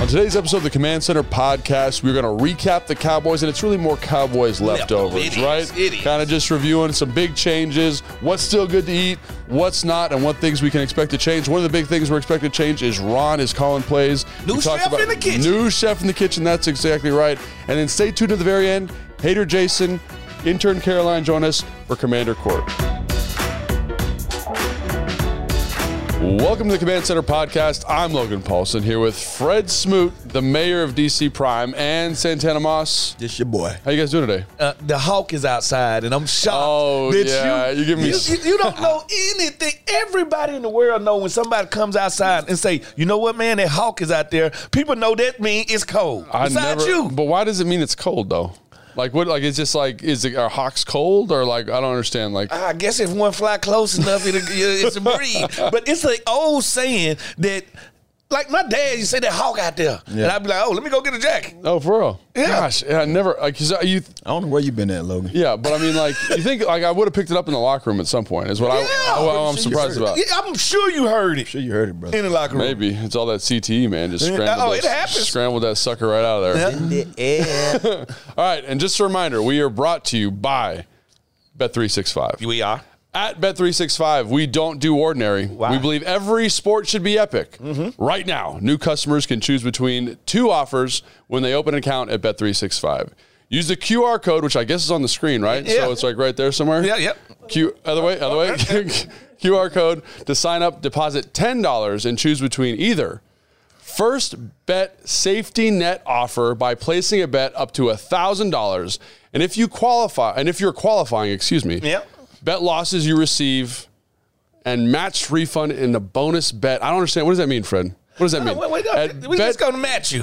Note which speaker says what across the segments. Speaker 1: On today's episode of the Command Center podcast, we're going to recap the Cowboys, and it's really more Cowboys leftovers,
Speaker 2: it is,
Speaker 1: right?
Speaker 2: it is.
Speaker 1: Kind of just reviewing some big changes, what's still good to eat, what's not, and what things we can expect to change. One of the big things we're expecting to change is Ron is calling plays.
Speaker 2: New
Speaker 1: We talked
Speaker 2: chef in the kitchen.
Speaker 1: New chef in the kitchen. That's exactly right. And then stay tuned to the very end. Hater Jason, intern Caroline, join us for Commander Court. Welcome to the Command Center podcast. I'm Logan Paulson here with Fred Smoot, the mayor of DC Prime, and Santana Moss.
Speaker 2: Just your boy.
Speaker 1: How you guys doing today?
Speaker 2: Uh, the hawk is outside, and I'm shocked.
Speaker 1: Oh,
Speaker 2: that
Speaker 1: yeah,
Speaker 2: you
Speaker 1: you give me
Speaker 2: You,
Speaker 1: s-
Speaker 2: you- you don't know anything. Everybody in the world know when somebody comes outside and say, "You know what, man? That hawk is out there." People know that mean it's cold. Besides you,
Speaker 1: But why does it mean it's cold though? Like what? Like it's just like is it are hawks cold or like I don't understand. Like
Speaker 2: I guess if one fly close enough, it'll, it's a breed. But it's an old saying that, like my dad, you say that hawk out there, and I'd be like, "Oh, let me go get a jacket."
Speaker 1: oh for real?
Speaker 2: Yeah.
Speaker 1: Gosh, yeah, I never like 'cause you.
Speaker 3: I don't know where you been at, Logan.
Speaker 1: Yeah, but I mean like you think like I would have picked it up in the locker room at some point is what
Speaker 2: Yeah.
Speaker 1: I oh, well, I'm
Speaker 3: Sure.
Speaker 1: surprised about.
Speaker 2: Yeah, I'm sure you heard it
Speaker 3: Sure, you heard it, brother.
Speaker 2: in the locker room.
Speaker 1: Maybe it's all that CTE man just
Speaker 2: Yeah.
Speaker 1: scrambled.
Speaker 2: Oh,
Speaker 1: that,
Speaker 2: it happens.
Speaker 1: Scrambled that sucker right out of there.
Speaker 2: Yeah.
Speaker 1: All right, and just a reminder, we are brought to you by Bet365.
Speaker 2: We are.
Speaker 1: At Bet365, we don't do ordinary. We believe every sport should be epic.
Speaker 2: Mm-hmm.
Speaker 1: Right now, new customers can choose between two offers when they open an account at Bet365. Use the QR code, which I guess is on the screen, right?
Speaker 2: Yeah.
Speaker 1: So it's like right there somewhere.
Speaker 2: Yeah, yep.
Speaker 1: Q other way, other way. QR code to sign up, deposit ten dollars, and choose between either first bet safety net offer by placing a bet up to thousand dollars, and if you qualify, and if you're qualifying, excuse me,
Speaker 2: Yep.
Speaker 1: bet losses you receive, and match refund in the bonus bet. I don't understand. What does that mean, Fred? What does that mean?
Speaker 2: Uh, Wait, wait,
Speaker 1: At
Speaker 2: wait, we
Speaker 1: bet
Speaker 2: just gonna match you.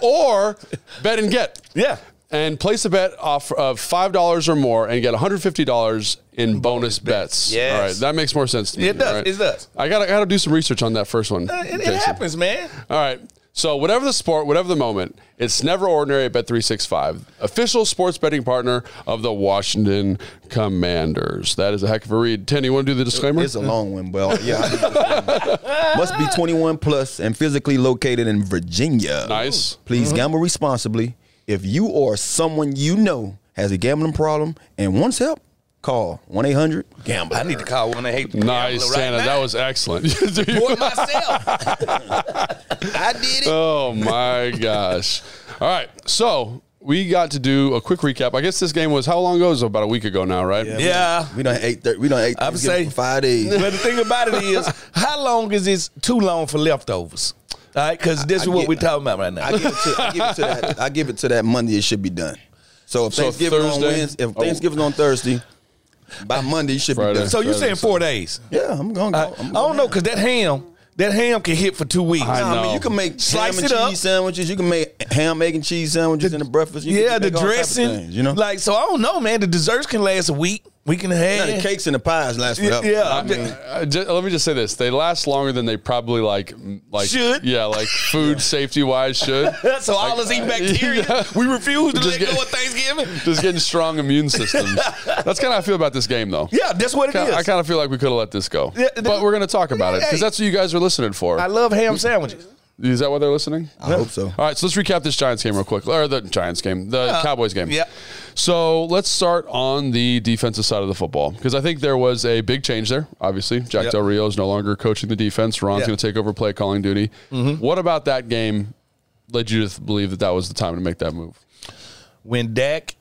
Speaker 1: or bet and get.
Speaker 2: yeah.
Speaker 1: and place a bet off of five dollars or more and get one hundred fifty dollars in bonus, bets.
Speaker 2: Yes.
Speaker 1: All right, that makes more sense to me.
Speaker 2: It does.
Speaker 1: all right?
Speaker 2: It does. Uh,
Speaker 1: I got to got to do some research on that first one.
Speaker 2: It, it
Speaker 1: Jason.
Speaker 2: happens, man.
Speaker 1: All right. So whatever the sport, whatever the moment, it's never ordinary at Bet365, official sports betting partner of the Washington Commanders. That is a heck of a read. Ten, you want to do the disclaimer?
Speaker 3: It's a long one, but yeah. I did this one. Must be 21 plus and physically located in Virginia.
Speaker 1: Nice. Mm-hmm.
Speaker 3: Please gamble responsibly. If you or someone you know has a gambling problem and wants help, call 1 800 GAMBLER.
Speaker 2: I need to call one. I hate
Speaker 1: Nice, Santa. That was excellent. Do you-
Speaker 2: for myself. I did it.
Speaker 1: Oh my gosh. All right. So we got to do a quick recap. I guess this game was how long ago? It was about a week ago now, right?
Speaker 2: yeah.
Speaker 1: Ah.
Speaker 3: We done ate. Thir- we done ate.
Speaker 2: I'm
Speaker 3: Thanksgiving
Speaker 2: saying-
Speaker 3: for five days.
Speaker 2: But the thing about it is, how long is this too long for leftovers? All right, because this is what
Speaker 3: get-
Speaker 2: we're talking about right now.
Speaker 3: I give, it to, I give it to that. I give it to that Monday. It should be done. So if
Speaker 1: So
Speaker 3: Thanksgiving
Speaker 1: Thursday-
Speaker 3: on Wednesday, if
Speaker 1: oh.
Speaker 3: Thanksgiving on Thursday, by Monday it should
Speaker 1: Friday.
Speaker 3: be done.
Speaker 2: so you're
Speaker 1: that
Speaker 2: saying
Speaker 1: is-
Speaker 2: four days?
Speaker 3: yeah, I'm gonna. Go,
Speaker 2: I, I
Speaker 3: I'm
Speaker 2: don't know, because that ham, that ham can hit for two weeks.
Speaker 1: I
Speaker 3: Nah, I
Speaker 1: know.
Speaker 3: mean, you can make
Speaker 2: Slice
Speaker 3: ham and
Speaker 2: it up.
Speaker 3: cheese sandwiches. You can make ham, egg, and cheese sandwiches in the breakfast. You
Speaker 2: yeah,
Speaker 3: can
Speaker 2: the
Speaker 3: make all type of
Speaker 2: dressing,
Speaker 3: things, you know,
Speaker 2: Like, so I don't know, man. The desserts can last a week, week and a
Speaker 3: Now,
Speaker 2: half.
Speaker 3: the cakes and the pies last
Speaker 2: Yeah,
Speaker 3: forever.
Speaker 2: yeah.
Speaker 1: I mean, I ju- let me just say this: they last longer than they probably like, m- like
Speaker 2: Should.
Speaker 1: Yeah, like food safety wise should.
Speaker 2: so all this eating bacteria,
Speaker 1: Yeah.
Speaker 2: we refuse to
Speaker 1: Just
Speaker 2: let
Speaker 1: get-
Speaker 2: go of Thanksgiving.
Speaker 1: Just getting strong immune systems. That's kind of how I feel about this game, though.
Speaker 2: Yeah, that's what it
Speaker 1: Kinda-
Speaker 2: is.
Speaker 1: I kind of feel like we could have let this go,
Speaker 2: Yeah, th-
Speaker 1: but we're going to talk about it
Speaker 2: Hey.
Speaker 1: because that's what you guys are listening for.
Speaker 2: I love ham sandwiches.
Speaker 1: Is that why they're listening?
Speaker 3: I hope so.
Speaker 1: All right, so let's recap this Giants game real quick, or the Giants game, the Cowboys game.
Speaker 2: yeah.
Speaker 1: So let's start on the defensive side of the football because I think there was a big change there. Obviously, Jack
Speaker 2: Yeah.
Speaker 1: Del Rio is no longer coaching the defense. Ron's
Speaker 2: Yeah. Mm-hmm.
Speaker 1: going to take over play calling duty. What about that game led you to th- believe that that was the time to make that move?
Speaker 2: When Dak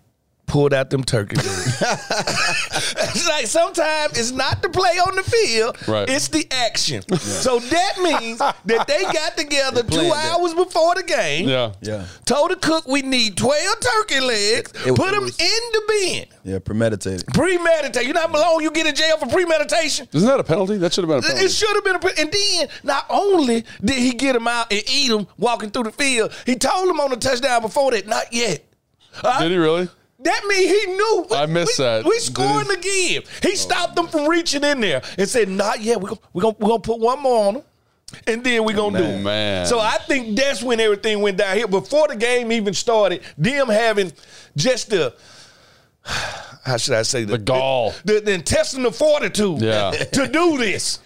Speaker 2: pulled out them turkey legs. it's like sometimes it's not the play on the field,
Speaker 1: Right.
Speaker 2: it's the action. So that means that they got together two
Speaker 3: planned it.
Speaker 2: hours before the game,
Speaker 1: Yeah,
Speaker 3: Yeah,
Speaker 2: told the cook we need 12 turkey legs,
Speaker 3: It- it
Speaker 2: put them
Speaker 3: was-
Speaker 2: in the bin.
Speaker 3: yeah, premeditated.
Speaker 2: Premeditate. You know how long you get in jail for premeditation?
Speaker 1: Isn't that a penalty? That should have been a penalty.
Speaker 2: It should have been a. pre- And then not only did he get him out and eat him walking through the field, he told him on the touchdown before that, not yet. Huh?
Speaker 1: Did he really?
Speaker 2: That mean he knew.
Speaker 1: I missed
Speaker 2: we,
Speaker 1: that. Oh,
Speaker 2: We scoring again. He stopped them from reaching in there and said, "Not yet. We're gonna, we're gonna, we're gonna put one more on him, and then we're gonna do it."
Speaker 1: man.
Speaker 2: So I think that's when everything went down here before the game even started. Them having just the how should I say
Speaker 1: The gall.
Speaker 2: the, the intestinal fortitude
Speaker 1: Yeah.
Speaker 2: to do this.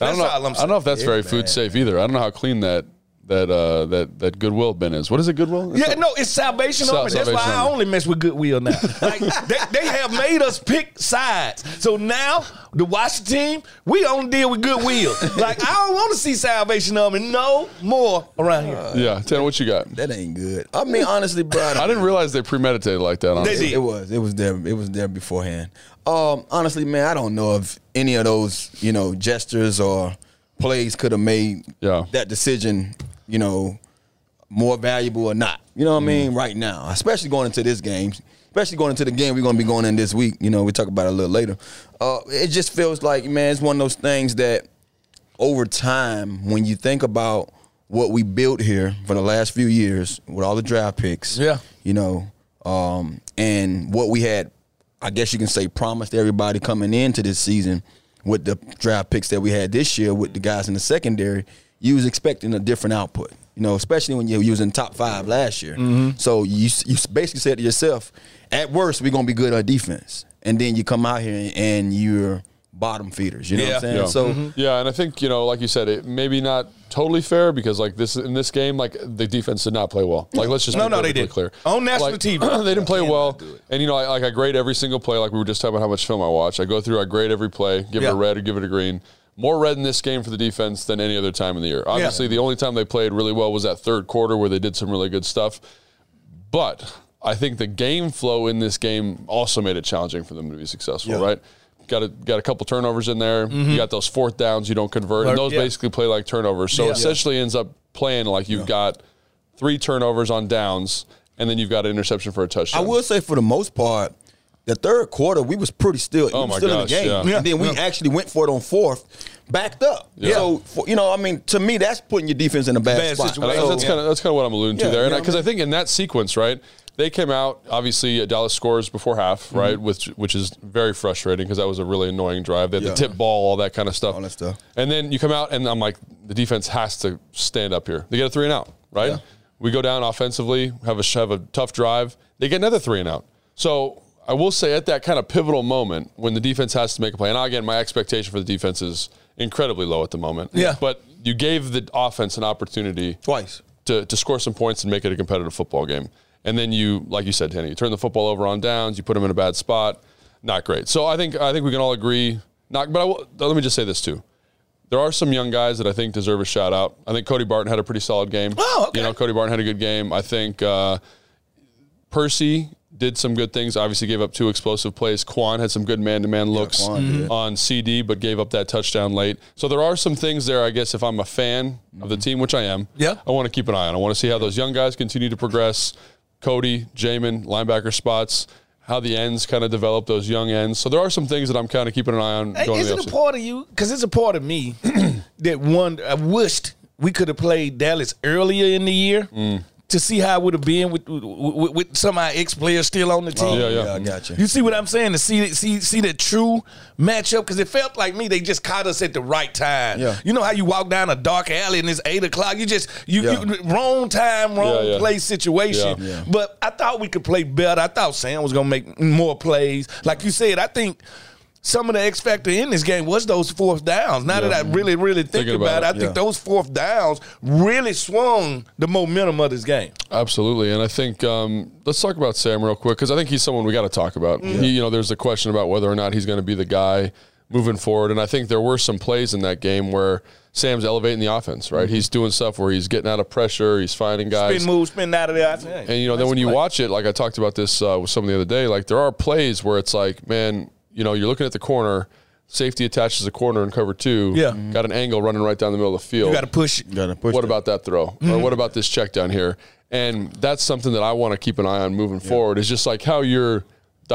Speaker 1: I don't
Speaker 2: That's
Speaker 1: know.
Speaker 2: all I'm
Speaker 1: I don't know if
Speaker 2: saying.
Speaker 1: that's very food safe either. I don't know how clean that that uh, that that Goodwill bin is. What is it, Goodwill? It's
Speaker 2: Yeah,
Speaker 1: not-
Speaker 2: no, it's Salvation
Speaker 1: Sal-
Speaker 2: Army. That's
Speaker 1: Salvation
Speaker 2: why I
Speaker 1: Army.
Speaker 2: only mess with Goodwill now. Like they, they have made us pick sides. So now the Washington team, we only deal with Goodwill. Like I don't want to see Salvation Army no more around here.
Speaker 1: Yeah, Tanner, what you got?
Speaker 3: That ain't good. I mean, honestly, bro. I
Speaker 1: I
Speaker 3: don't-
Speaker 1: didn't realize they premeditated like that. Honestly.
Speaker 2: They did.
Speaker 3: It was. It was there. It was there beforehand. Um, honestly, man, I don't know if any of those, you know, gestures or plays could have made
Speaker 1: Yeah.
Speaker 3: that decision, you know, more valuable or not. You know
Speaker 2: Mm.
Speaker 3: what I mean? Right now, especially going into this game, especially going into the game we're going to be going in this week. You know, we talk about it a little later. Uh, it just feels like, man, it's one of those things that over time, when you think about what we built here for the last few years with all the draft picks,
Speaker 2: Yeah.
Speaker 3: you know, um, and what we had, I guess you can say, promised everybody coming into this season with the draft picks that we had this year with the guys in the secondary, you was expecting a different output. You know, especially when you're using top five last year.
Speaker 2: Mm-hmm.
Speaker 3: So you you basically said to yourself, at worst, we're gonna be good on defense, and then you come out here and, and you're bottom feeders. You know what
Speaker 2: Yeah. Mm-hmm.
Speaker 3: I'm saying?
Speaker 1: Yeah.
Speaker 3: So.
Speaker 1: yeah, and I think you know, like you said, it maybe not totally fair because like this in this game, like the defense did not play well. Like let's just
Speaker 2: No,
Speaker 1: be
Speaker 2: no, they
Speaker 1: perfectly
Speaker 2: didn't.
Speaker 1: clear
Speaker 2: On national
Speaker 1: Like,
Speaker 2: TV.
Speaker 1: they didn't play well. And you know, I, like I grade every single play. Like we were just talking about how much film I watch. I go through, I grade every play, give it
Speaker 2: Yeah.
Speaker 1: a red or give it a green. More red in this game for the defense than any other time in the year. Obviously, the only time they played really well was that third quarter where they did some really good stuff. But I think the game flow in this game also made it challenging for them to be successful, right? Got a, got a couple turnovers in there. You got those fourth downs you don't convert, and those
Speaker 2: yeah.
Speaker 1: basically play like turnovers. So
Speaker 2: Yeah.
Speaker 1: essentially ends up playing like you've got three turnovers on downs, and then you've got an interception for a touchdown.
Speaker 3: I will say for the most part, the third quarter we was pretty still. we
Speaker 1: Oh
Speaker 3: was
Speaker 1: my
Speaker 3: still
Speaker 1: gosh,
Speaker 3: in the game.
Speaker 1: yeah.
Speaker 3: And then we actually went for it on fourth, backed up.
Speaker 1: Yeah.
Speaker 3: So for, you know, I mean, to me, that's putting your defense in a bad,
Speaker 2: Bad
Speaker 3: spot.
Speaker 1: And I-
Speaker 2: situation.
Speaker 3: So-
Speaker 1: that's kind of that's kind of what I'm alluding to
Speaker 3: Yeah,
Speaker 1: there,
Speaker 3: yeah,
Speaker 1: and because I, think in that sequence, right, they came out obviously uh, Dallas scores before half,
Speaker 3: Mm-hmm.
Speaker 1: right, which which is very frustrating because that was a really annoying drive. They had
Speaker 3: Yeah.
Speaker 1: the tip ball, all that kind of stuff,
Speaker 3: All that stuff.
Speaker 1: and then you come out, and I'm like, the defense has to stand up here. They get a three and out, right? We go down offensively, have a sh- have a tough drive. They get another three and out. So I will say at that kind of pivotal moment when the defense has to make a play, and again, my expectation for the defense is incredibly low at the moment.
Speaker 2: Yeah.
Speaker 1: but you gave the offense an opportunity
Speaker 3: twice.
Speaker 1: to, to score some points and make it a competitive football game. And then you, like you said, Tanner, you turn the football over on downs, you put them in a bad spot, not great. So I think I think we can all agree. Not, but I will, let me just say this too: there are some young guys that I think deserve a shout out. I think Cody Barton had a pretty solid game.
Speaker 2: Oh, okay.
Speaker 1: You know, Cody Barton had a good game. I think uh, Percy did some good things. Obviously, gave up two explosive plays. Quan had some good man-to-man looks
Speaker 3: Quan did.
Speaker 1: on CD, but gave up that touchdown late. So there are some things there. I guess if I'm a fan of the team, which I am,
Speaker 2: Mm-hmm. Yeah.
Speaker 1: I want to keep an eye on. I want to see how those young guys continue to progress. Cody, Jamin, linebacker spots, how the ends kind of develop those young ends. So there are some things that I'm kind of keeping an eye on
Speaker 2: Hey,
Speaker 1: going to
Speaker 2: is
Speaker 1: the
Speaker 2: it a
Speaker 1: offseason.
Speaker 2: part of you? Because it's a part of me that one I wished we could have played Dallas earlier in the year
Speaker 1: Mm.
Speaker 2: to see how it would have been with, with, with some of our ex players still on the team.
Speaker 1: yeah, yeah.
Speaker 3: I got you.
Speaker 2: You see what I'm saying? To see see see the true matchup because it felt like me. They just caught us at the right time.
Speaker 3: Yeah.
Speaker 2: You know how you walk down a dark alley and it's eight o'clock. You just you,
Speaker 3: Yeah.
Speaker 2: you wrong time, wrong
Speaker 1: Yeah, yeah.
Speaker 2: place situation.
Speaker 1: Yeah.
Speaker 3: Yeah.
Speaker 2: But I thought we could play better. I thought Sam was gonna make more plays. Like you said, I think. Some of the X factor in this game was those fourth downs. Now that I really, really think
Speaker 1: Thinking
Speaker 2: about,
Speaker 1: about
Speaker 2: it, I
Speaker 1: it,
Speaker 2: think
Speaker 3: yeah.
Speaker 2: those fourth downs really swung the momentum of this game.
Speaker 1: Absolutely, and I think um, let's talk about Sam real quick because I think he's someone we got to talk about. He, you know, there's a question about whether or not he's going to be the guy moving forward, and I think there were some plays in that game where Sam's elevating the offense. Right, he's doing stuff where he's getting out of pressure, he's finding guys,
Speaker 2: Spin move, spin out of there. I said, hey,
Speaker 1: and you know, then when you watch it, like I talked about this uh, with someone the other day, like there are plays where it's like, man, you know, you're looking at the corner, safety attaches the corner in cover two,
Speaker 2: Yeah.
Speaker 1: got an angle running right down the middle of the field
Speaker 2: you got to push it.
Speaker 3: Gotta push
Speaker 1: what
Speaker 3: that.
Speaker 1: about that throw or what about this check down here and that's something that i want to keep an eye on moving forward is just like how you're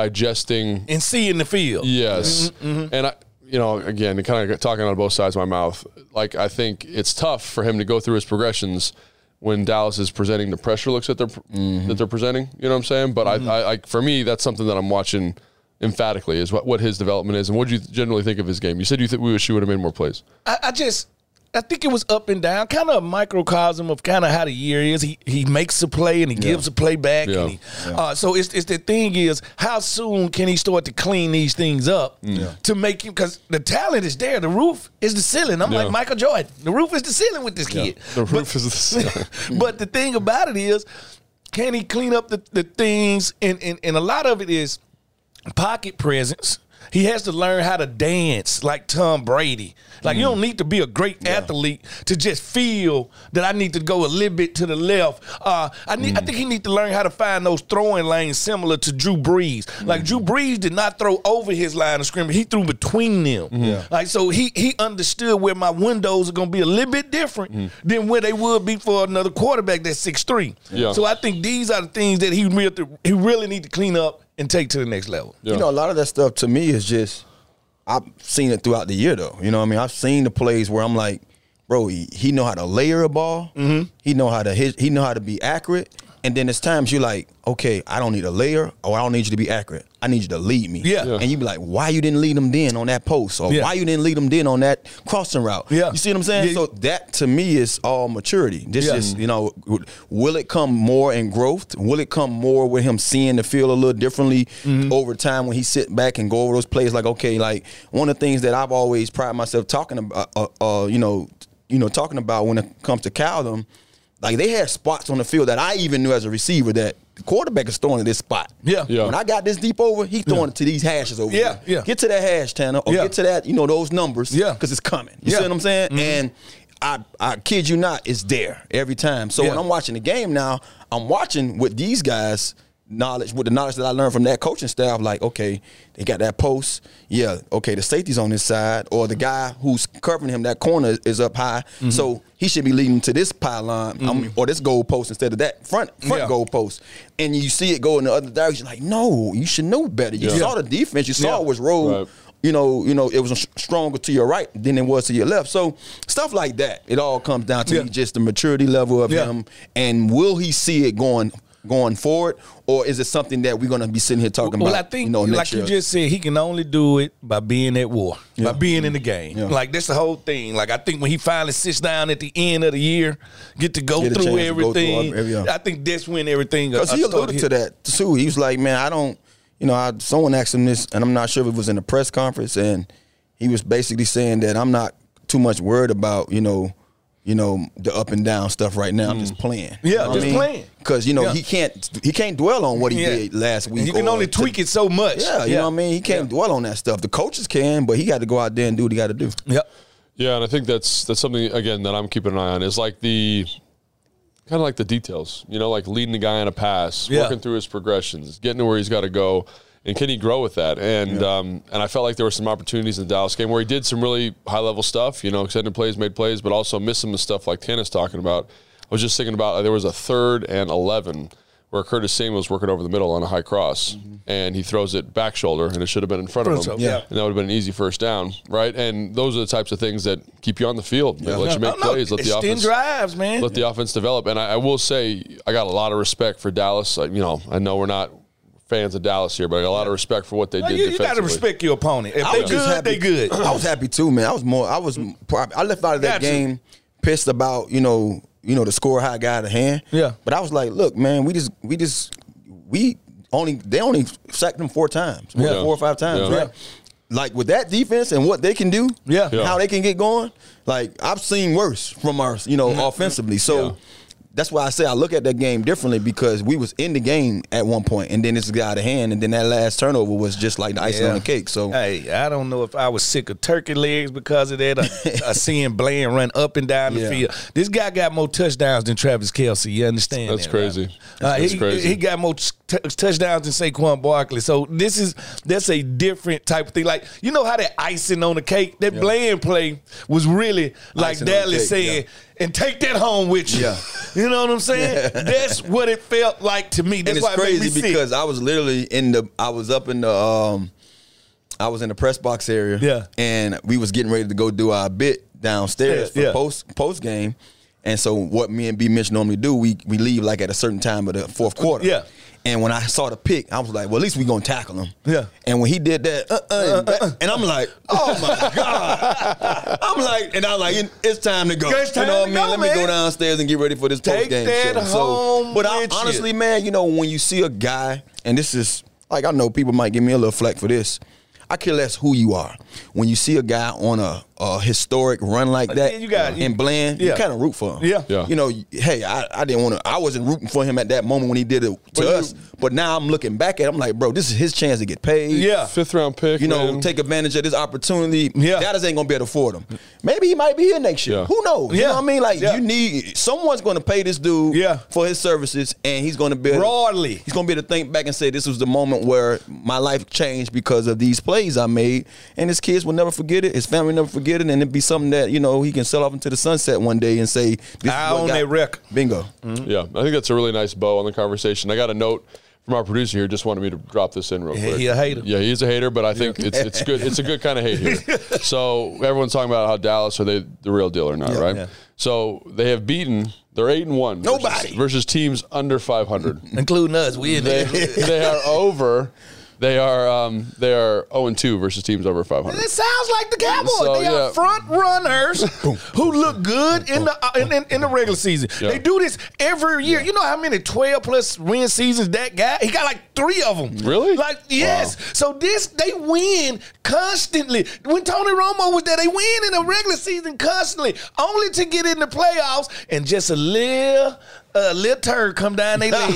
Speaker 1: digesting
Speaker 2: and see in the field.
Speaker 1: yes and i you know again kind of talking out of both sides of my mouth like i think it's tough for him to go through his progressions when dallas is presenting the pressure looks that they're that they're presenting you know what i'm saying but I, I i for me that's something that i'm watching emphatically is what, what his development is and what do you generally think of his game you said you th- we wish he would have made more plays
Speaker 2: I, I just I think it was up and down, kind of a microcosm of kind of how the year is. He he makes a play and he gives a play back.
Speaker 1: Yeah.
Speaker 2: And he, Uh, so it's, it's the thing is, how soon can he start to clean these things up
Speaker 1: Mm.
Speaker 2: to make you? Because the talent is there. The roof is the ceiling. I'm
Speaker 1: Yeah.
Speaker 2: like Michael Jordan. The roof is the ceiling with this kid.
Speaker 1: The roof is the ceiling.
Speaker 2: but the thing about it is, can he clean up the, the things? And, and and a lot of it is pocket presence. He has to learn how to dance like Tom Brady. Like you don't need to be a great athlete to just feel that I need to go a little bit to the left. Uh, I need. I think he needs to learn how to find those throwing lanes similar to Drew Brees. Like Drew Brees did not throw over his line of scrimmage; he threw between them. Like so, he he understood where my windows are going to be a little bit different than where they would be for another quarterback that's six three.
Speaker 1: Yeah.
Speaker 2: So I think these are the things that he really he really need to clean up and take to the next level.
Speaker 1: Yeah.
Speaker 3: You know, a lot of that stuff to me is just I've seen it throughout the year though. You know what I mean? I've seen the plays where I'm like, bro, he, he know how to layer a ball.
Speaker 2: Mm-hmm.
Speaker 3: He know how to hit, he know how to be accurate. And then there's times you're like, okay, I don't need a layer or I don't need you to be accurate. I need you to lead me.
Speaker 2: Yeah. Yeah.
Speaker 3: And you be like, why you didn't lead him then on that post or
Speaker 2: Yeah.
Speaker 3: why you didn't lead him then on that crossing route.
Speaker 2: Yeah.
Speaker 3: You see what I'm saying?
Speaker 2: Yeah.
Speaker 3: So that to me is all maturity. This
Speaker 2: Yeah.
Speaker 3: is, you know, will it come more in growth? Will it come more with him seeing the field a little differently
Speaker 2: Mm-hmm.
Speaker 3: over time when he sit back and go over those plays? Like, okay, like one of the things that I've always pride myself talking about, uh, uh, you know, you know, talking about when it comes to Cowdom, like they had spots on the field that I even knew as a receiver that the quarterback is throwing at this spot.
Speaker 2: Yeah.
Speaker 1: Yeah.
Speaker 3: When I got this deep over, he throwing it to these hashes over
Speaker 2: Yeah,
Speaker 3: here.
Speaker 2: yeah.
Speaker 3: Get to that hash, Tanner, or
Speaker 2: Yeah.
Speaker 3: get to that, you know, those numbers.
Speaker 2: Yeah.
Speaker 3: Because it's coming. You
Speaker 2: Yeah.
Speaker 3: see what I'm saying?
Speaker 2: Mm-hmm.
Speaker 3: And I, I kid you not, it's there every time. So when
Speaker 2: Yeah.
Speaker 3: I'm watching the game now, I'm watching with these guys knowledge with the knowledge that I learned from that coaching staff like okay they got that post yeah okay the safety's on this side or the guy who's covering him that corner is up high
Speaker 2: Mm-hmm.
Speaker 3: so he should be leading to this pylon I mean, or this goal post instead of that front front
Speaker 2: Yeah.
Speaker 3: goal post and you see it go in the other direction like no you should know better you
Speaker 1: Yeah.
Speaker 3: saw the defense you saw
Speaker 2: Yeah.
Speaker 3: it was rolled
Speaker 1: Right.
Speaker 3: you know, you know, it was stronger to your right than it was to your left. So stuff like that, it all comes down to
Speaker 2: Yeah.
Speaker 3: me, just the maturity level of
Speaker 2: Yeah.
Speaker 3: him, and will he see it going going forward, or is it something that we're going to be sitting here talking
Speaker 2: Well,
Speaker 3: about?
Speaker 2: I think,
Speaker 3: you know,
Speaker 2: like
Speaker 3: next
Speaker 2: you
Speaker 3: year?
Speaker 2: just said, he can only do it by being at war, by being in the game.
Speaker 3: Yeah.
Speaker 2: Like that's the whole thing. Like I think when he finally sits down at the end of the year, get to go
Speaker 3: Get a
Speaker 2: through
Speaker 3: chance to go through
Speaker 2: everything.
Speaker 3: every- yeah.
Speaker 2: I think that's when everything. uh,
Speaker 3: Because he alluded to that too. He was like, "Man, I don't." You know, I, someone asked him this, and I'm not sure if it was in a press conference, and he was basically saying that I'm not too much worried about you know, you know, the up and down stuff right now. I'm just playing.
Speaker 2: Mm. Yeah, just playing.
Speaker 3: Because you know
Speaker 2: Yeah.
Speaker 3: he can't he can't dwell on what he
Speaker 2: Yeah.
Speaker 3: did last week.
Speaker 2: You can
Speaker 3: or
Speaker 2: only
Speaker 3: to-
Speaker 2: tweak it so much.
Speaker 3: Yeah, you know what I mean. He can't dwell on that stuff. The coaches can, but he got to go out there and do what he got to do.
Speaker 2: Yep.
Speaker 1: Yeah, and I think that's that's something again that I'm keeping an eye on is like the kind of like the details, you know, like leading the guy on a pass,
Speaker 2: Yeah.
Speaker 1: working through his progressions, getting to where he's got to go, and can he grow with that? And um, and I felt like there were some opportunities in the Dallas game where he did some really high level stuff, you know, extended plays, made plays, but also missed some of the stuff like Tana's talking about. I was just thinking about uh, there was a third and eleven where Curtis Samuel's working over the middle on a high cross, and he throws it back shoulder, and it should have been in front of
Speaker 2: Front
Speaker 1: him
Speaker 3: Um,
Speaker 2: of him, yeah.
Speaker 1: and that would have been an easy first down, right? And those are the types of things that keep you on the field, They let you make
Speaker 2: I don't
Speaker 1: plays,
Speaker 2: know.
Speaker 1: let the
Speaker 2: Extend
Speaker 1: offense
Speaker 2: drives, man.
Speaker 1: let the offense develop. And I, I will say, I got a lot of respect for Dallas. Like, you know, I know we're not fans of Dallas here, but I got a lot of respect for what they
Speaker 2: Well,
Speaker 1: did.
Speaker 2: you you got to
Speaker 1: defensively.
Speaker 2: respect your opponent. If
Speaker 3: I
Speaker 2: they
Speaker 3: was just
Speaker 2: good,
Speaker 3: happy-
Speaker 2: they good.
Speaker 3: I was happy too, man. I was more. I was. prob- I left out of that
Speaker 2: Gotcha.
Speaker 3: game pissed about you know you know the score high guy to hand.
Speaker 2: Yeah.
Speaker 3: But I was like, look, man, we just we just we only they only sacked them four times,
Speaker 2: Yeah.
Speaker 3: four or five times,
Speaker 1: Yeah.
Speaker 3: right? Like with that defense and what they can do,
Speaker 2: Yeah.
Speaker 3: and
Speaker 2: Yeah.
Speaker 3: how they can get going. Like I've seen worse from our, you
Speaker 2: Mm-hmm.
Speaker 3: know, offensively. So.
Speaker 1: Yeah.
Speaker 3: That's why I say I look at that game differently because we was in the game at one point and then this got out of hand and then that last turnover was just like the icing on the cake. So
Speaker 2: Hey, I don't know if I was sick of turkey legs because of that. I, I seeing Bland run up and down the
Speaker 3: Yeah.
Speaker 2: field. This guy got more touchdowns than Travis Kelsey. You understand?
Speaker 1: That's
Speaker 2: that, right?
Speaker 1: crazy.
Speaker 2: Uh,
Speaker 1: That's
Speaker 2: he,
Speaker 1: crazy.
Speaker 2: He got more t- touchdowns than Saquon Barkley. So this is that's a different type of thing. Like you know how that icing on the cake, that Bland play was really like
Speaker 3: Icing on the
Speaker 2: Dallas
Speaker 3: cake,
Speaker 2: saying, and take that home with you.
Speaker 3: Yeah.
Speaker 2: You know what I'm saying? That's what it felt like to me. That's
Speaker 3: and it's
Speaker 2: why it made me
Speaker 3: crazy
Speaker 2: sick.
Speaker 3: because I was literally in the I was up in the um I was in the press box area.
Speaker 2: Yeah.
Speaker 3: And we was getting ready to go do our bit downstairs
Speaker 2: Yeah,
Speaker 3: for
Speaker 2: yeah.
Speaker 3: post post game. And so what me and B Mitch normally do, we we leave like at a certain time of the fourth quarter.
Speaker 2: Yeah.
Speaker 3: And when I saw the pick, I was like, well, at least we going to tackle him.
Speaker 2: Yeah.
Speaker 3: And when he did that, uh, uh, and, back- and I'm like, oh my God. I'm like, and I'm like, it's time to go.
Speaker 2: It's time
Speaker 3: you know what
Speaker 2: to
Speaker 3: I mean?
Speaker 2: go,
Speaker 3: Let me
Speaker 2: man.
Speaker 3: go downstairs and get ready for this
Speaker 2: Take
Speaker 3: post game
Speaker 2: that
Speaker 3: show.
Speaker 2: home
Speaker 3: so, but I,
Speaker 2: with you.
Speaker 3: honestly, man, you know, when you see a guy, and this is, like, I know people might give me a little flack for this. I care less who you are. When you see a guy on a, a historic run like that
Speaker 2: you got-
Speaker 3: and bland,
Speaker 2: Yeah.
Speaker 3: you kind of root for him.
Speaker 2: Yeah.
Speaker 1: Yeah.
Speaker 3: You know, you- hey, I, I didn't want to. I wasn't rooting for him at that moment when he did it to
Speaker 1: But you-
Speaker 3: us. But now I'm looking back at. It, I'm like, bro, this is his chance to get paid.
Speaker 2: Yeah.
Speaker 1: Fifth round pick.
Speaker 3: You know,
Speaker 1: man.
Speaker 3: take advantage of this opportunity.
Speaker 2: Yeah.
Speaker 3: Dallas ain't gonna be able to afford him. Maybe he might be here next year.
Speaker 1: Yeah.
Speaker 3: Who knows? You
Speaker 2: Yeah.
Speaker 3: know what I mean? Like
Speaker 2: Yeah.
Speaker 3: you need someone's gonna pay this dude
Speaker 2: Yeah.
Speaker 3: for his services and he's gonna be able-
Speaker 2: Broadly.
Speaker 3: He's gonna be able to think back and say this was the moment where my life changed because of these plays I made. And his kids will never forget it, his family never forget it, and it'd be something that, you know, he can sell off into the sunset one day and say this
Speaker 2: I
Speaker 3: is what
Speaker 2: own
Speaker 3: got-
Speaker 2: that record.
Speaker 3: Bingo.
Speaker 1: Yeah, I think that's a really nice bow on the conversation. I got a note from our producer here. Just wanted me to drop this in real
Speaker 2: Yeah,
Speaker 1: quick.
Speaker 2: he a hater.
Speaker 1: Yeah, he's a hater, but I think it's it's good. It's a good kind of hate here. so everyone's talking about how Dallas are they the real deal or not, right?
Speaker 2: yeah.
Speaker 1: So they have beaten. They're eight and one. versus-
Speaker 3: Nobody.
Speaker 1: versus teams under five hundred.
Speaker 2: including us. We in
Speaker 1: they
Speaker 2: there.
Speaker 1: they are over. They are um, they are zero and two versus teams over five hundred.
Speaker 2: It sounds like the Cowboys.
Speaker 1: So,
Speaker 2: they are
Speaker 1: yeah.
Speaker 2: front runners who look good in the uh, in, in, in the regular season.
Speaker 1: Yeah.
Speaker 2: They do this every year. You know how many twelve plus win seasons that guy? He got like three of them.
Speaker 1: Really?
Speaker 2: Like yes. So this they win constantly. When Tony Romo was there, they win in the regular season constantly, only to get in the playoffs and just a little. A little turd come down they leg.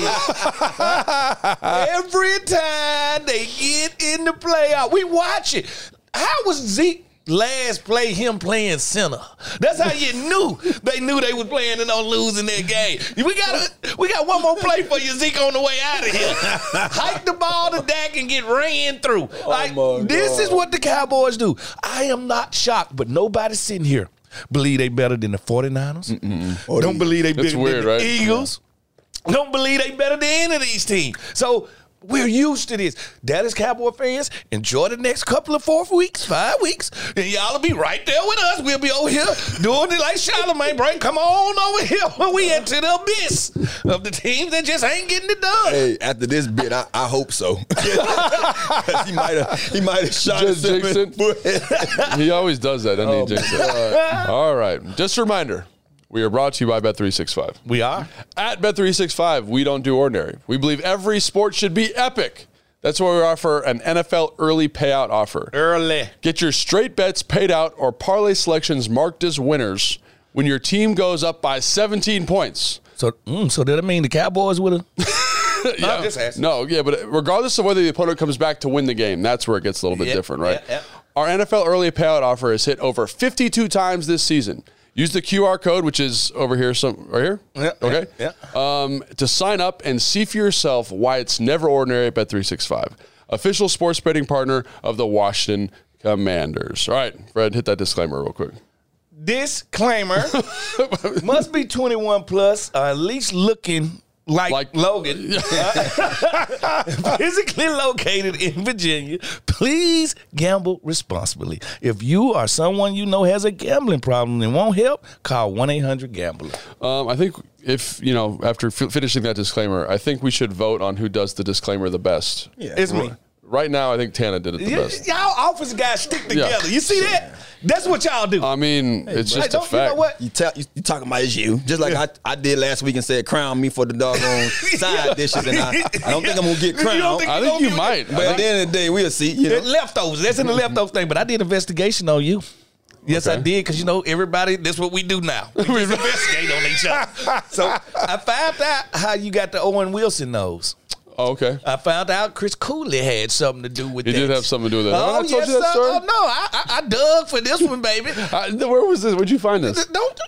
Speaker 2: Every time they get in the playoff, we watch it. How was Zeke last play him playing center? That's how you knew they knew they was playing and on losing their game. We got to we got one more play for you, Zeke, on the way out of here. Hike the ball to Dak and get ran through. Like
Speaker 3: Oh, my
Speaker 2: this is
Speaker 3: God.
Speaker 2: what the Cowboys do. I am not shocked, but nobody sitting here believe they better than the 49ers. Don't believe they
Speaker 1: That's
Speaker 2: better
Speaker 1: weird,
Speaker 2: than the
Speaker 1: right?
Speaker 2: Eagles don't believe they better than any of these teams. So we're used to this. Dallas Cowboy fans, enjoy the next couple of four weeks, five weeks, and y'all will be right there with us. We'll be over here doing it like Charlemagne, bring come on over here when we into the abyss of the teams that just ain't getting it done.
Speaker 3: Hey, after this bit, I, I hope so. 'Cause he might have he might have shot
Speaker 1: Just
Speaker 3: himself in
Speaker 1: jinx
Speaker 3: the foot.
Speaker 1: he always does that, doesn't
Speaker 2: Oh,
Speaker 1: he, Jinx? All right. Just a reminder, we are brought to you by Bet365.
Speaker 2: We are.
Speaker 1: At Bet365, we don't do ordinary. We believe every sport should be epic. That's why we offer an NFL early payout offer.
Speaker 2: Early.
Speaker 1: Get your straight bets paid out or parlay selections marked as winners when your team goes up by 17 points.
Speaker 2: So mm, so did I mean the Cowboys with a
Speaker 1: Yeah.
Speaker 2: just asking.
Speaker 1: Oh, No, yeah, but regardless of whether the opponent comes back to win the game, that's where it gets a little bit
Speaker 2: Yep,
Speaker 1: different, right?
Speaker 2: yep, yep.
Speaker 1: Our NFL early payout offer is hit over 52 times this season. Use the QR code, which is over here, some right here.
Speaker 2: Yep,
Speaker 1: okay.
Speaker 2: yep, yep.
Speaker 1: Um, to sign up and see for yourself why it's never ordinary at Bet365, official sports betting partner of the Washington Commanders. All right, Fred, hit that disclaimer real quick.
Speaker 2: disclaimer must be 21 plus or at least looking like,
Speaker 1: Like-
Speaker 2: Logan, physically located in Virginia. Please gamble responsibly. If you or someone you know has a gambling problem and won't help, call 1 800 Gambler.
Speaker 1: Um, I think if you know after f- finishing that disclaimer, I think we should vote on who does the disclaimer the best.
Speaker 2: it's me.
Speaker 1: Right now, I think Tana did it the
Speaker 2: Y-
Speaker 1: best.
Speaker 2: y'all office guys stick
Speaker 1: Yeah.
Speaker 2: together. You see that? That's what y'all do.
Speaker 3: Uh,
Speaker 1: I mean, it's
Speaker 2: Hey,
Speaker 1: just a
Speaker 2: don't-
Speaker 1: fact.
Speaker 2: you know what?
Speaker 3: You, tell, you, you talking about it's you. Just like I, I did last week and said, crown me for the doggone side dishes. And I, I don't think I'm going to get
Speaker 2: You don't
Speaker 3: crowned.
Speaker 2: think
Speaker 1: I
Speaker 2: you
Speaker 1: think
Speaker 2: gonna
Speaker 1: you
Speaker 2: get-
Speaker 1: might.
Speaker 3: but at the end of the day, we'll see. You
Speaker 2: The
Speaker 3: know?
Speaker 2: leftovers. That's in the leftovers thing. But I did investigation on you. Yes, I did because you know everybody. That's what we do now. We just investigate on each other. So I found out how you got the Owen Wilson nose.
Speaker 1: oh, okay.
Speaker 2: I found out Chris Cooley had something to do with
Speaker 1: He
Speaker 2: that.
Speaker 1: did have something to do with it.
Speaker 2: Oh,
Speaker 1: Remember I told
Speaker 2: yes,
Speaker 1: you that
Speaker 2: sir.
Speaker 1: story?
Speaker 2: Oh, no, I, I, I dug for this one, baby.
Speaker 1: I, th- where was this? Where'd you find this?
Speaker 2: Don't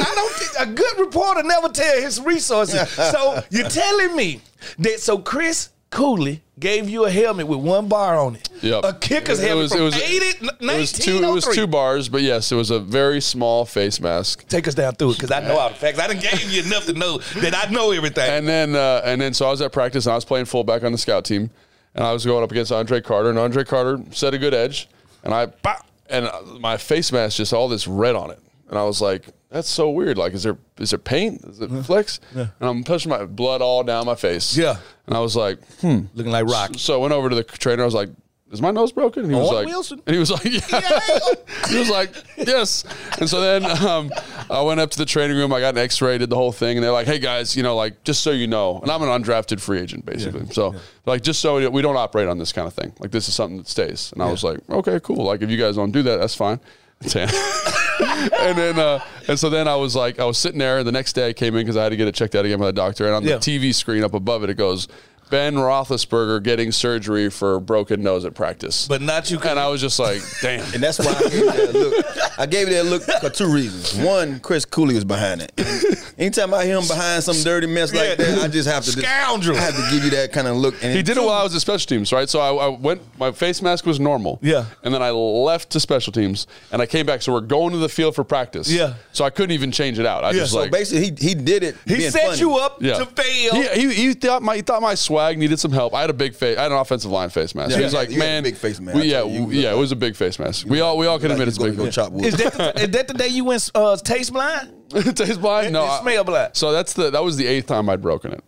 Speaker 2: I don't think- a good reporter never tell his resources. So you're telling me that so Chris Cooley gave you a helmet with one bar on it.
Speaker 1: Yep.
Speaker 2: A kicker's
Speaker 1: It
Speaker 2: helmet
Speaker 1: was-
Speaker 2: from
Speaker 1: it was-
Speaker 2: 80,
Speaker 1: It was two. It was two bars, but yes, it was a very small face mask.
Speaker 2: Take us down through it because I know all the facts. I done gave you enough to know that I know everything.
Speaker 1: And then, uh, and then, so I was at practice and I was playing fullback on the scout team, and I was going up against Andre Carter, and Andre Carter set a good edge, and I, pop, and uh, my face mask just all this red on it, And I was like, that's so weird. Like, is there is there paint? Is it flex? And I'm pushing my blood all down my face.
Speaker 2: Yeah.
Speaker 1: And I was like, hmm.
Speaker 2: Looking like rock.
Speaker 1: So I went over to the trainer. I was like, is my nose broken? And he was
Speaker 2: Owen
Speaker 1: like,
Speaker 2: Oh, Wilson.
Speaker 1: and he was like, yeah. he was like, yes. And so then um, I went up to the training room. I got an X-ray, did the whole thing, and they're like, hey guys, you know, like just so you know, and I'm an undrafted free agent basically. So like just so you- we don't operate on this kind of thing. Like this is something that stays. And I was like, okay, cool. Like if you guys don't do that, that's fine. and then uh, and so then I was like I was sitting there and the next day I came in because I had to get it checked out again by the doctor and on
Speaker 2: Yeah.
Speaker 1: the TV screen up above it it goes Ben Roethlisberger getting surgery for broken nose at practice
Speaker 2: But not you.
Speaker 1: and I was just like damn
Speaker 3: And that's why I gave you that look. I gave you that look for two reasons. One, Chris Cooley was behind it. Anytime I hear him behind some dirty mess like
Speaker 2: Yeah.
Speaker 3: that, I just have to
Speaker 2: Scoundrel.
Speaker 3: I have to give you that kind of look. And
Speaker 1: he
Speaker 3: it-
Speaker 1: did it while I was at special teams right so I, I went my face mask was normal
Speaker 2: Yeah.
Speaker 1: and then I left to special teams and I came back so we're going to the field for practice
Speaker 2: Yeah.
Speaker 1: so I couldn't even change it out I
Speaker 2: Yeah.
Speaker 1: just
Speaker 2: So
Speaker 1: like
Speaker 3: Basically, he he did it.
Speaker 2: He
Speaker 3: being
Speaker 2: set
Speaker 3: funny.
Speaker 2: you up
Speaker 1: Yeah.
Speaker 2: to fail.
Speaker 1: He, he, he thought my he thought my swag needed some help. I had a big face. I had an offensive line face mask.
Speaker 3: Yeah,
Speaker 1: he was
Speaker 3: yeah,
Speaker 1: like,
Speaker 3: you had a
Speaker 1: man,
Speaker 3: big face mask.
Speaker 1: we- yeah,
Speaker 3: I tell you, you
Speaker 1: w- yeah,
Speaker 3: look
Speaker 1: it was a big face mask. We all we all can
Speaker 3: Like
Speaker 1: admit
Speaker 3: he's
Speaker 1: it's a
Speaker 3: gonna
Speaker 1: big.
Speaker 3: go
Speaker 1: face
Speaker 3: chop wood.
Speaker 2: Is that, the, is that the day you went uh, taste blind?
Speaker 1: Taste blind? No,
Speaker 2: It
Speaker 1: I-
Speaker 2: smell blind.
Speaker 1: So that's the that was the eighth time I'd broken it.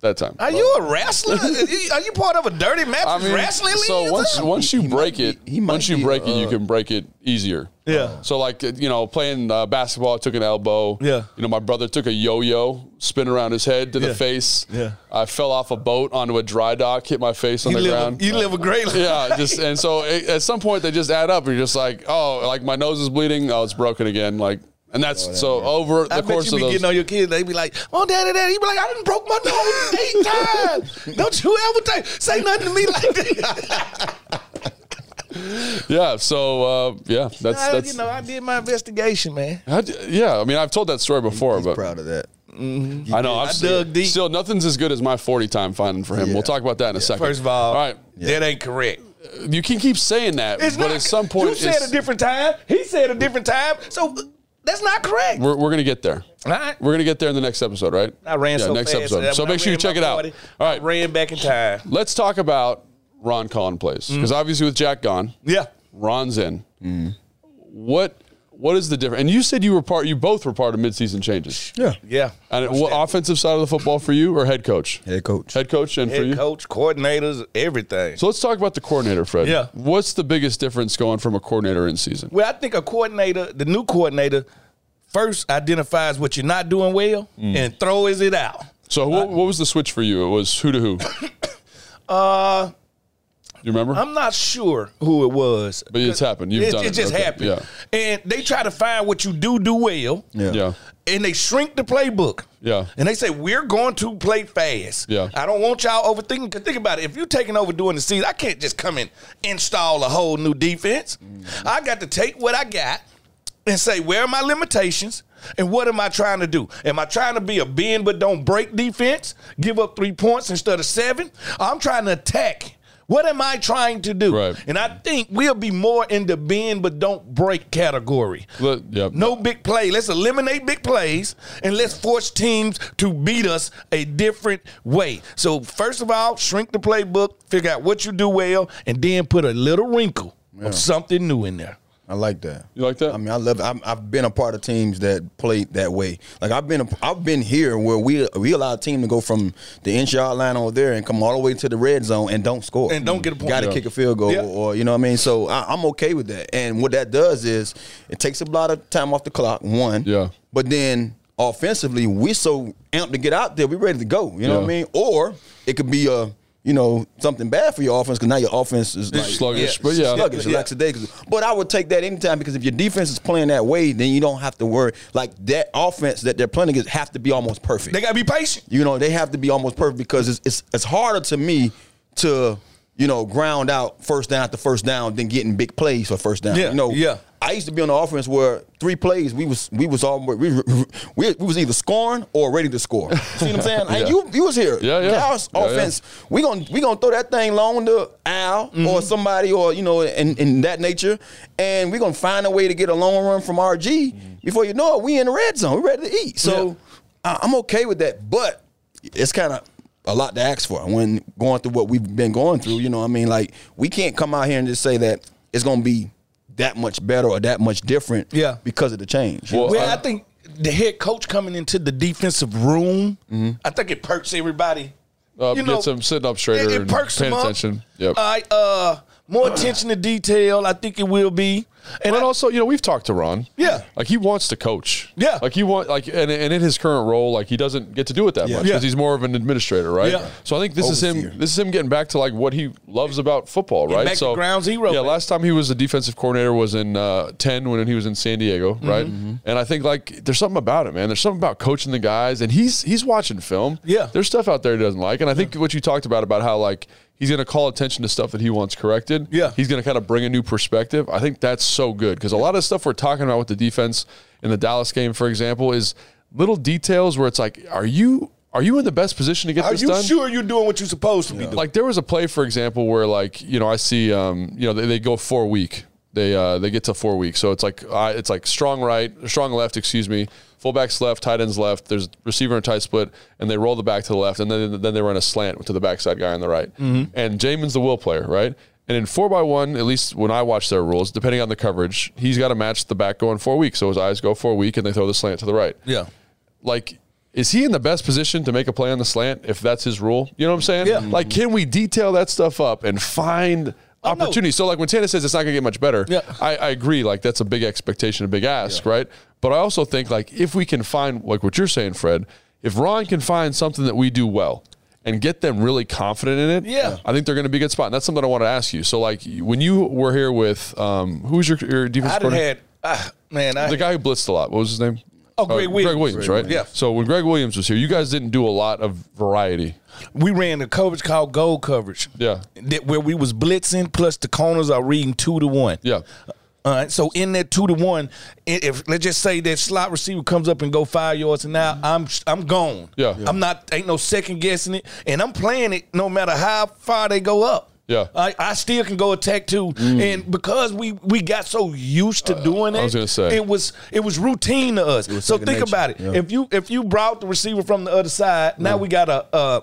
Speaker 1: That time.
Speaker 2: Are you a wrestler? Are you- are you part of a dirty match wrestling league?
Speaker 1: so
Speaker 2: or
Speaker 1: once
Speaker 2: something?
Speaker 1: once you break
Speaker 3: be-
Speaker 1: it,
Speaker 3: he might
Speaker 1: once you
Speaker 3: be,
Speaker 1: break it, you
Speaker 3: uh,
Speaker 1: can break it easier.
Speaker 2: Yeah.
Speaker 1: So like uh, you know, playing uh, basketball, I took an elbow.
Speaker 2: Yeah.
Speaker 1: You know, my brother took a yo-yo, spin around his head to
Speaker 2: Yeah.
Speaker 1: the face.
Speaker 2: Yeah.
Speaker 1: I fell off a boat onto a dry dock, hit my face on
Speaker 2: you
Speaker 1: the
Speaker 2: live,
Speaker 1: ground.
Speaker 2: A, you live a great life.
Speaker 1: Yeah, just and so it, at some point they just add up. And you're just like, oh, like my nose is bleeding. Oh, it's broken again. Like, and that's
Speaker 3: Oh,
Speaker 1: so over the
Speaker 2: I bet
Speaker 1: course
Speaker 2: you
Speaker 1: of
Speaker 2: be
Speaker 1: those.
Speaker 2: getting on your kids. They be like, "Oh, daddy, daddy." You be like, "I didn't broke my nose eight times. Don't you ever take, say nothing to me like that."
Speaker 1: yeah, so uh, yeah, that's
Speaker 2: I,
Speaker 1: that's.
Speaker 2: you know, I did my investigation, man.
Speaker 1: How d- yeah, I mean, I've told that story before,
Speaker 3: He's
Speaker 1: but
Speaker 3: proud of that.
Speaker 1: I know I've
Speaker 2: I dug deep.
Speaker 1: Still, nothing's as good as my forty time finding for him.
Speaker 3: Yeah.
Speaker 1: We'll talk about that in a second.
Speaker 2: First of
Speaker 1: all
Speaker 2: all,
Speaker 1: right,
Speaker 2: that ain't correct.
Speaker 1: you can keep saying that,
Speaker 2: It's
Speaker 1: but
Speaker 2: not-
Speaker 1: at some point,
Speaker 2: you said
Speaker 1: it's-
Speaker 2: a different time. He said a different time. So uh, that's not correct.
Speaker 1: we're, we're gonna get there.
Speaker 2: All right.
Speaker 1: We're gonna get there in the next episode, right?
Speaker 2: I ran
Speaker 1: yeah,
Speaker 2: so
Speaker 1: next
Speaker 2: fast.
Speaker 1: episode.
Speaker 2: that
Speaker 1: So
Speaker 2: when I
Speaker 1: make sure you
Speaker 2: ran my
Speaker 1: check it out.
Speaker 2: 40,
Speaker 1: All right,
Speaker 2: I ran back in time.
Speaker 1: let's talk about Ron Collin plays
Speaker 2: Mm.
Speaker 1: because obviously with Jack gone,
Speaker 2: Yeah.
Speaker 1: Ron's in.
Speaker 2: Mm.
Speaker 1: What what is the difference? And you said you were part. You both were part of midseason changes.
Speaker 3: Yeah.
Speaker 2: Yeah.
Speaker 1: And it- what offensive side of the football for you or head coach?
Speaker 3: Head coach.
Speaker 1: Head coach and for you.
Speaker 2: Head coach, coordinators, everything.
Speaker 1: So let's talk about the coordinator, Fred.
Speaker 2: Yeah.
Speaker 1: What's the biggest difference going from a coordinator in season?
Speaker 2: Well, I think a coordinator, the new coordinator, first identifies what you're not doing well
Speaker 1: Mm.
Speaker 2: and throws it out.
Speaker 1: So
Speaker 2: Uh,
Speaker 1: what, what was the switch for you? It was who to who. uh, you remember?
Speaker 2: Uh, I'm not sure who it was.
Speaker 1: but it's happened. You've
Speaker 2: it,
Speaker 1: done it.
Speaker 2: it just
Speaker 1: Okay.
Speaker 2: happened.
Speaker 1: Yeah.
Speaker 2: And they try to find what you do do well.
Speaker 3: Yeah.
Speaker 1: Yeah.
Speaker 2: And they shrink the playbook.
Speaker 1: Yeah.
Speaker 2: And they say, we're going to play fast.
Speaker 1: Yeah.
Speaker 2: I don't want y'all overthinking. Cause think about it. If you're taking over during the season, I can't just come and install a whole new defense.
Speaker 1: Mm-hmm.
Speaker 2: I got to take what I got and say, where are my limitations? And what am I trying to do? Am I trying to be a bend but don't break defense? Give up three points instead of seven? I'm trying to attack. What am I trying to do?
Speaker 1: Right.
Speaker 2: And I think we'll be more in the bend but don't break category.
Speaker 1: Let- yeah.
Speaker 2: No big play. Let's eliminate big plays and let's force teams to beat us a different way. So first of all, shrink the playbook, figure out what you do well, and then put a little wrinkle of something new in there.
Speaker 3: I like that.
Speaker 1: You like that?
Speaker 3: I mean, I love. It. I'm, I've been a part of teams that played that way. Like I've been, a, I've been here where we we allow a team to go from the inch yard line over there and come all the way to the red zone and don't score
Speaker 2: And don't get a point.
Speaker 3: Got to
Speaker 2: Yeah.
Speaker 3: kick a field goal,
Speaker 2: Yeah.
Speaker 3: or you know what I mean. So I, I'm okay with that. And what that does is it takes a lot of time off the clock. One,
Speaker 1: Yeah.
Speaker 3: But then offensively, we so amped to get out there, we ready to go. You know what I
Speaker 1: Yeah.
Speaker 3: mean? Or it could be a you know something bad for your offense because now your offense is like,
Speaker 1: sluggish,
Speaker 3: yeah,
Speaker 1: but yeah.
Speaker 3: sluggish,
Speaker 2: Yeah.
Speaker 3: lackadaisical today. 'cause- But I would take that anytime because if your defense is playing that way, then you don't have to worry. Like that offense that they're playing against have to be almost perfect.
Speaker 2: They gotta be patient.
Speaker 3: you know, they have to be almost perfect because it's it's, it's harder to me to you know ground out first down after first down than getting big plays for first down.
Speaker 2: Yeah,
Speaker 3: you know,
Speaker 2: yeah.
Speaker 3: I used to be on the offense where three plays we was we was all we, we, we was either scoring or ready to score. See what I'm saying? Like,
Speaker 1: Yeah.
Speaker 3: you you was here.
Speaker 1: Yeah, yeah.
Speaker 3: Our
Speaker 1: Yeah, yeah.
Speaker 3: offense we gonna we gonna throw that thing long to Al
Speaker 1: Mm-hmm.
Speaker 3: or somebody or you know in, in that nature, and we gonna find a way to get a long run from RG.
Speaker 1: Mm-hmm.
Speaker 3: Before you know it, we in the red zone. We ready to eat. So I, I'm okay with that, but it's kind of a lot to ask for when going through what we've been going through. You know, what I mean, like we can't come out here and just say that it's gonna be that much better or that much different
Speaker 2: Yeah.
Speaker 3: because of the change.
Speaker 1: Well,
Speaker 2: Well,
Speaker 1: I-
Speaker 2: I, think the head coach coming into the defensive room,
Speaker 1: Mm-hmm.
Speaker 2: I think it perks everybody.
Speaker 1: Uh,
Speaker 2: you
Speaker 1: gets
Speaker 2: know,
Speaker 1: them sitting up straighter
Speaker 2: It, it
Speaker 1: and
Speaker 2: perks
Speaker 1: paying
Speaker 2: them up.
Speaker 1: attention. Yep.
Speaker 2: I uh, more attention to detail. I think it will be, and
Speaker 1: But
Speaker 2: I-
Speaker 1: also, you know, we've talked to Ron.
Speaker 2: Yeah.
Speaker 1: like he wants to coach.
Speaker 2: Yeah.
Speaker 1: like he want like, and, and in his current role, like he doesn't get to do it that much because
Speaker 2: Yeah.
Speaker 1: he's more of an administrator, right?
Speaker 2: Yeah.
Speaker 1: So I think this is
Speaker 3: Overseer.
Speaker 1: him. This is him getting back to like what he loves about football, right?
Speaker 2: back to
Speaker 1: so
Speaker 2: ground zero,
Speaker 1: Yeah,
Speaker 2: man.
Speaker 1: last time he was a defensive coordinator was in uh, ten when he was in San Diego,
Speaker 2: Mm-hmm.
Speaker 1: right? And I think like there's something about it, man. There's something about coaching the guys, and he's he's watching film.
Speaker 2: Yeah.
Speaker 1: there's stuff out there he doesn't like, and I think what you talked about about how like. He's going to call attention to stuff that he wants corrected.
Speaker 2: Yeah.
Speaker 1: He's going to kind of bring a new perspective. I think that's so good because a lot of stuff we're talking about with the defense in the Dallas game, for example, is little details where it's like, are you are you in the best position to get
Speaker 2: are
Speaker 1: this
Speaker 2: you
Speaker 1: done?
Speaker 2: sure you're doing what you're supposed to be doing?
Speaker 1: Like there was a play, for example, where like you know I see um, you know they, they go four week. They uh, they get to four weeks, so it's like I it's like strong right, strong left, excuse me, fullbacks left, tight ends left. There's receiver and tight split, and they roll the back to the left, and then then they run a slant to the backside guy on the right. And Jamin's the will player, right? And in four by one, at least when I watch their rules, depending on the coverage, he's got to match the back going four weeks. So his eyes go four week, and they throw the slant to the right
Speaker 2: Yeah.
Speaker 1: like is he in the best position to make a play on the slant if that's his rule? You know what I'm saying?
Speaker 2: Yeah. Mm-hmm.
Speaker 1: Like, can we detail that stuff up and find
Speaker 2: Oh, no.
Speaker 1: opportunities? So, like when Tana says it's not going to get much better,
Speaker 2: Yeah.
Speaker 1: I, I agree. Like that's a big expectation, a big ask, right? But I also think like if we can find like what you're saying, Fred, if Ron can find something that we do well and get them really confident in it,
Speaker 2: Yeah.
Speaker 1: I think they're going to be a good spot. And that's something I want to ask you. So, like when you were here with um, who was your, your defense
Speaker 2: I done
Speaker 1: coordinator?
Speaker 2: had ah, man. I
Speaker 1: the guy who blitzed a lot. What was his name? Uh,
Speaker 2: Oh, Greg Williams. Greg
Speaker 1: right?
Speaker 2: Williams. Yeah.
Speaker 1: So when Greg Williams was here, you guys didn't do a lot of variety.
Speaker 2: we ran the coverage called goal coverage.
Speaker 1: Yeah.
Speaker 2: That where we was blitzing, plus the corners are reading two to one.
Speaker 1: Yeah.
Speaker 2: All right. So in that two to one, i- if let's just say that slot receiver comes up and go five yards, and now I'm I'm gone.
Speaker 1: Yeah. Yeah.
Speaker 2: I'm not ain't no second guessing it, and I'm playing it no matter how far they go up.
Speaker 1: Yeah. Mm.
Speaker 2: I, I still can go attack too, and because we we got so used to doing it,
Speaker 1: Uh, I was gonna say.
Speaker 2: it was it was routine to us. So
Speaker 3: second
Speaker 2: think
Speaker 3: nature.
Speaker 2: about it.
Speaker 3: Yeah.
Speaker 2: If you if you brought the receiver from the other side, now we got a uh,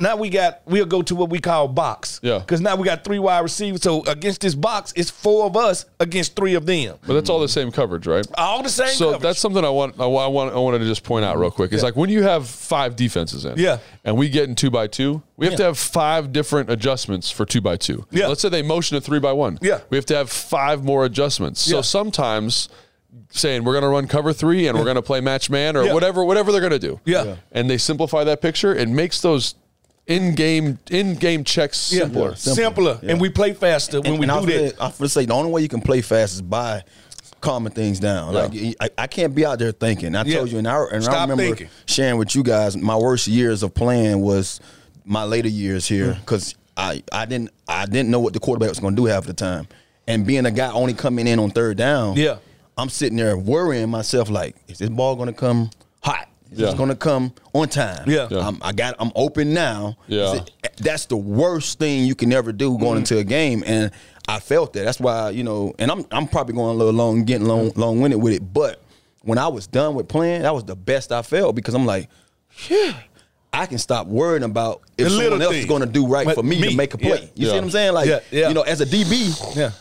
Speaker 2: now we got we'll go to what we call box.
Speaker 1: Yeah.
Speaker 2: Because now we got three wide receivers. So against this box, it's four of us against three of them.
Speaker 1: But that's all the same coverage, right?
Speaker 2: All the same.
Speaker 1: so
Speaker 2: coverage.
Speaker 1: that's something I want. I wa- I want. I wanted to just point out real quick. It's like when you have five defenses in,
Speaker 2: Yeah.
Speaker 1: and we get in two by two, we have to have five different adjustments for two by two.
Speaker 2: Yeah.
Speaker 1: Let's say they motion to three by one.
Speaker 2: Yeah.
Speaker 1: We have to have five more adjustments. So
Speaker 2: Yeah.
Speaker 1: sometimes saying we're going to run cover three and we're going to play match man or
Speaker 2: Yeah.
Speaker 1: whatever whatever they're going to do.
Speaker 2: Yeah. Yeah.
Speaker 1: And they simplify that picture. It makes those in game in game checks
Speaker 2: Yeah.
Speaker 1: simpler.
Speaker 2: simpler, and we play faster when we
Speaker 3: and I
Speaker 2: do
Speaker 3: feel-
Speaker 2: that.
Speaker 3: I feel say the only way you can play fast is by calming things down. Like I, I can't be out there thinking. I
Speaker 2: Yeah.
Speaker 3: told you, and I and I
Speaker 2: Stop
Speaker 3: remember
Speaker 2: thinking.
Speaker 3: sharing with you guys my worst years of playing was my later years here
Speaker 2: Mm.
Speaker 3: because I I didn't I didn't know what the quarterback was going to do half the time, and being a guy only coming in on third down.
Speaker 2: Yeah.
Speaker 3: I'm sitting there worrying myself like, is this ball going to come hot? Is
Speaker 1: Yeah.
Speaker 3: this going to come on time?
Speaker 2: Yeah. Yeah.
Speaker 3: I'm, I got. I'm open now.
Speaker 1: Yeah.
Speaker 3: Is it- that's the worst thing you can ever do
Speaker 2: Mm-hmm.
Speaker 3: going into a game, and I felt that. That's why you know, and I'm I'm probably going a little long, getting long
Speaker 2: Mm-hmm.
Speaker 3: long winded with it. But when I was done with playing, that was the best I felt because I'm like, yeah, I can stop worrying about if
Speaker 2: The little
Speaker 3: someone else is
Speaker 2: thing.
Speaker 3: going to do right
Speaker 2: But
Speaker 3: for me,
Speaker 2: me,
Speaker 3: to make a
Speaker 2: yeah.
Speaker 3: play. You see
Speaker 1: Yeah.
Speaker 3: what I'm saying? Like,
Speaker 2: Yeah, yeah.
Speaker 3: you know, as a DB,
Speaker 2: Yeah.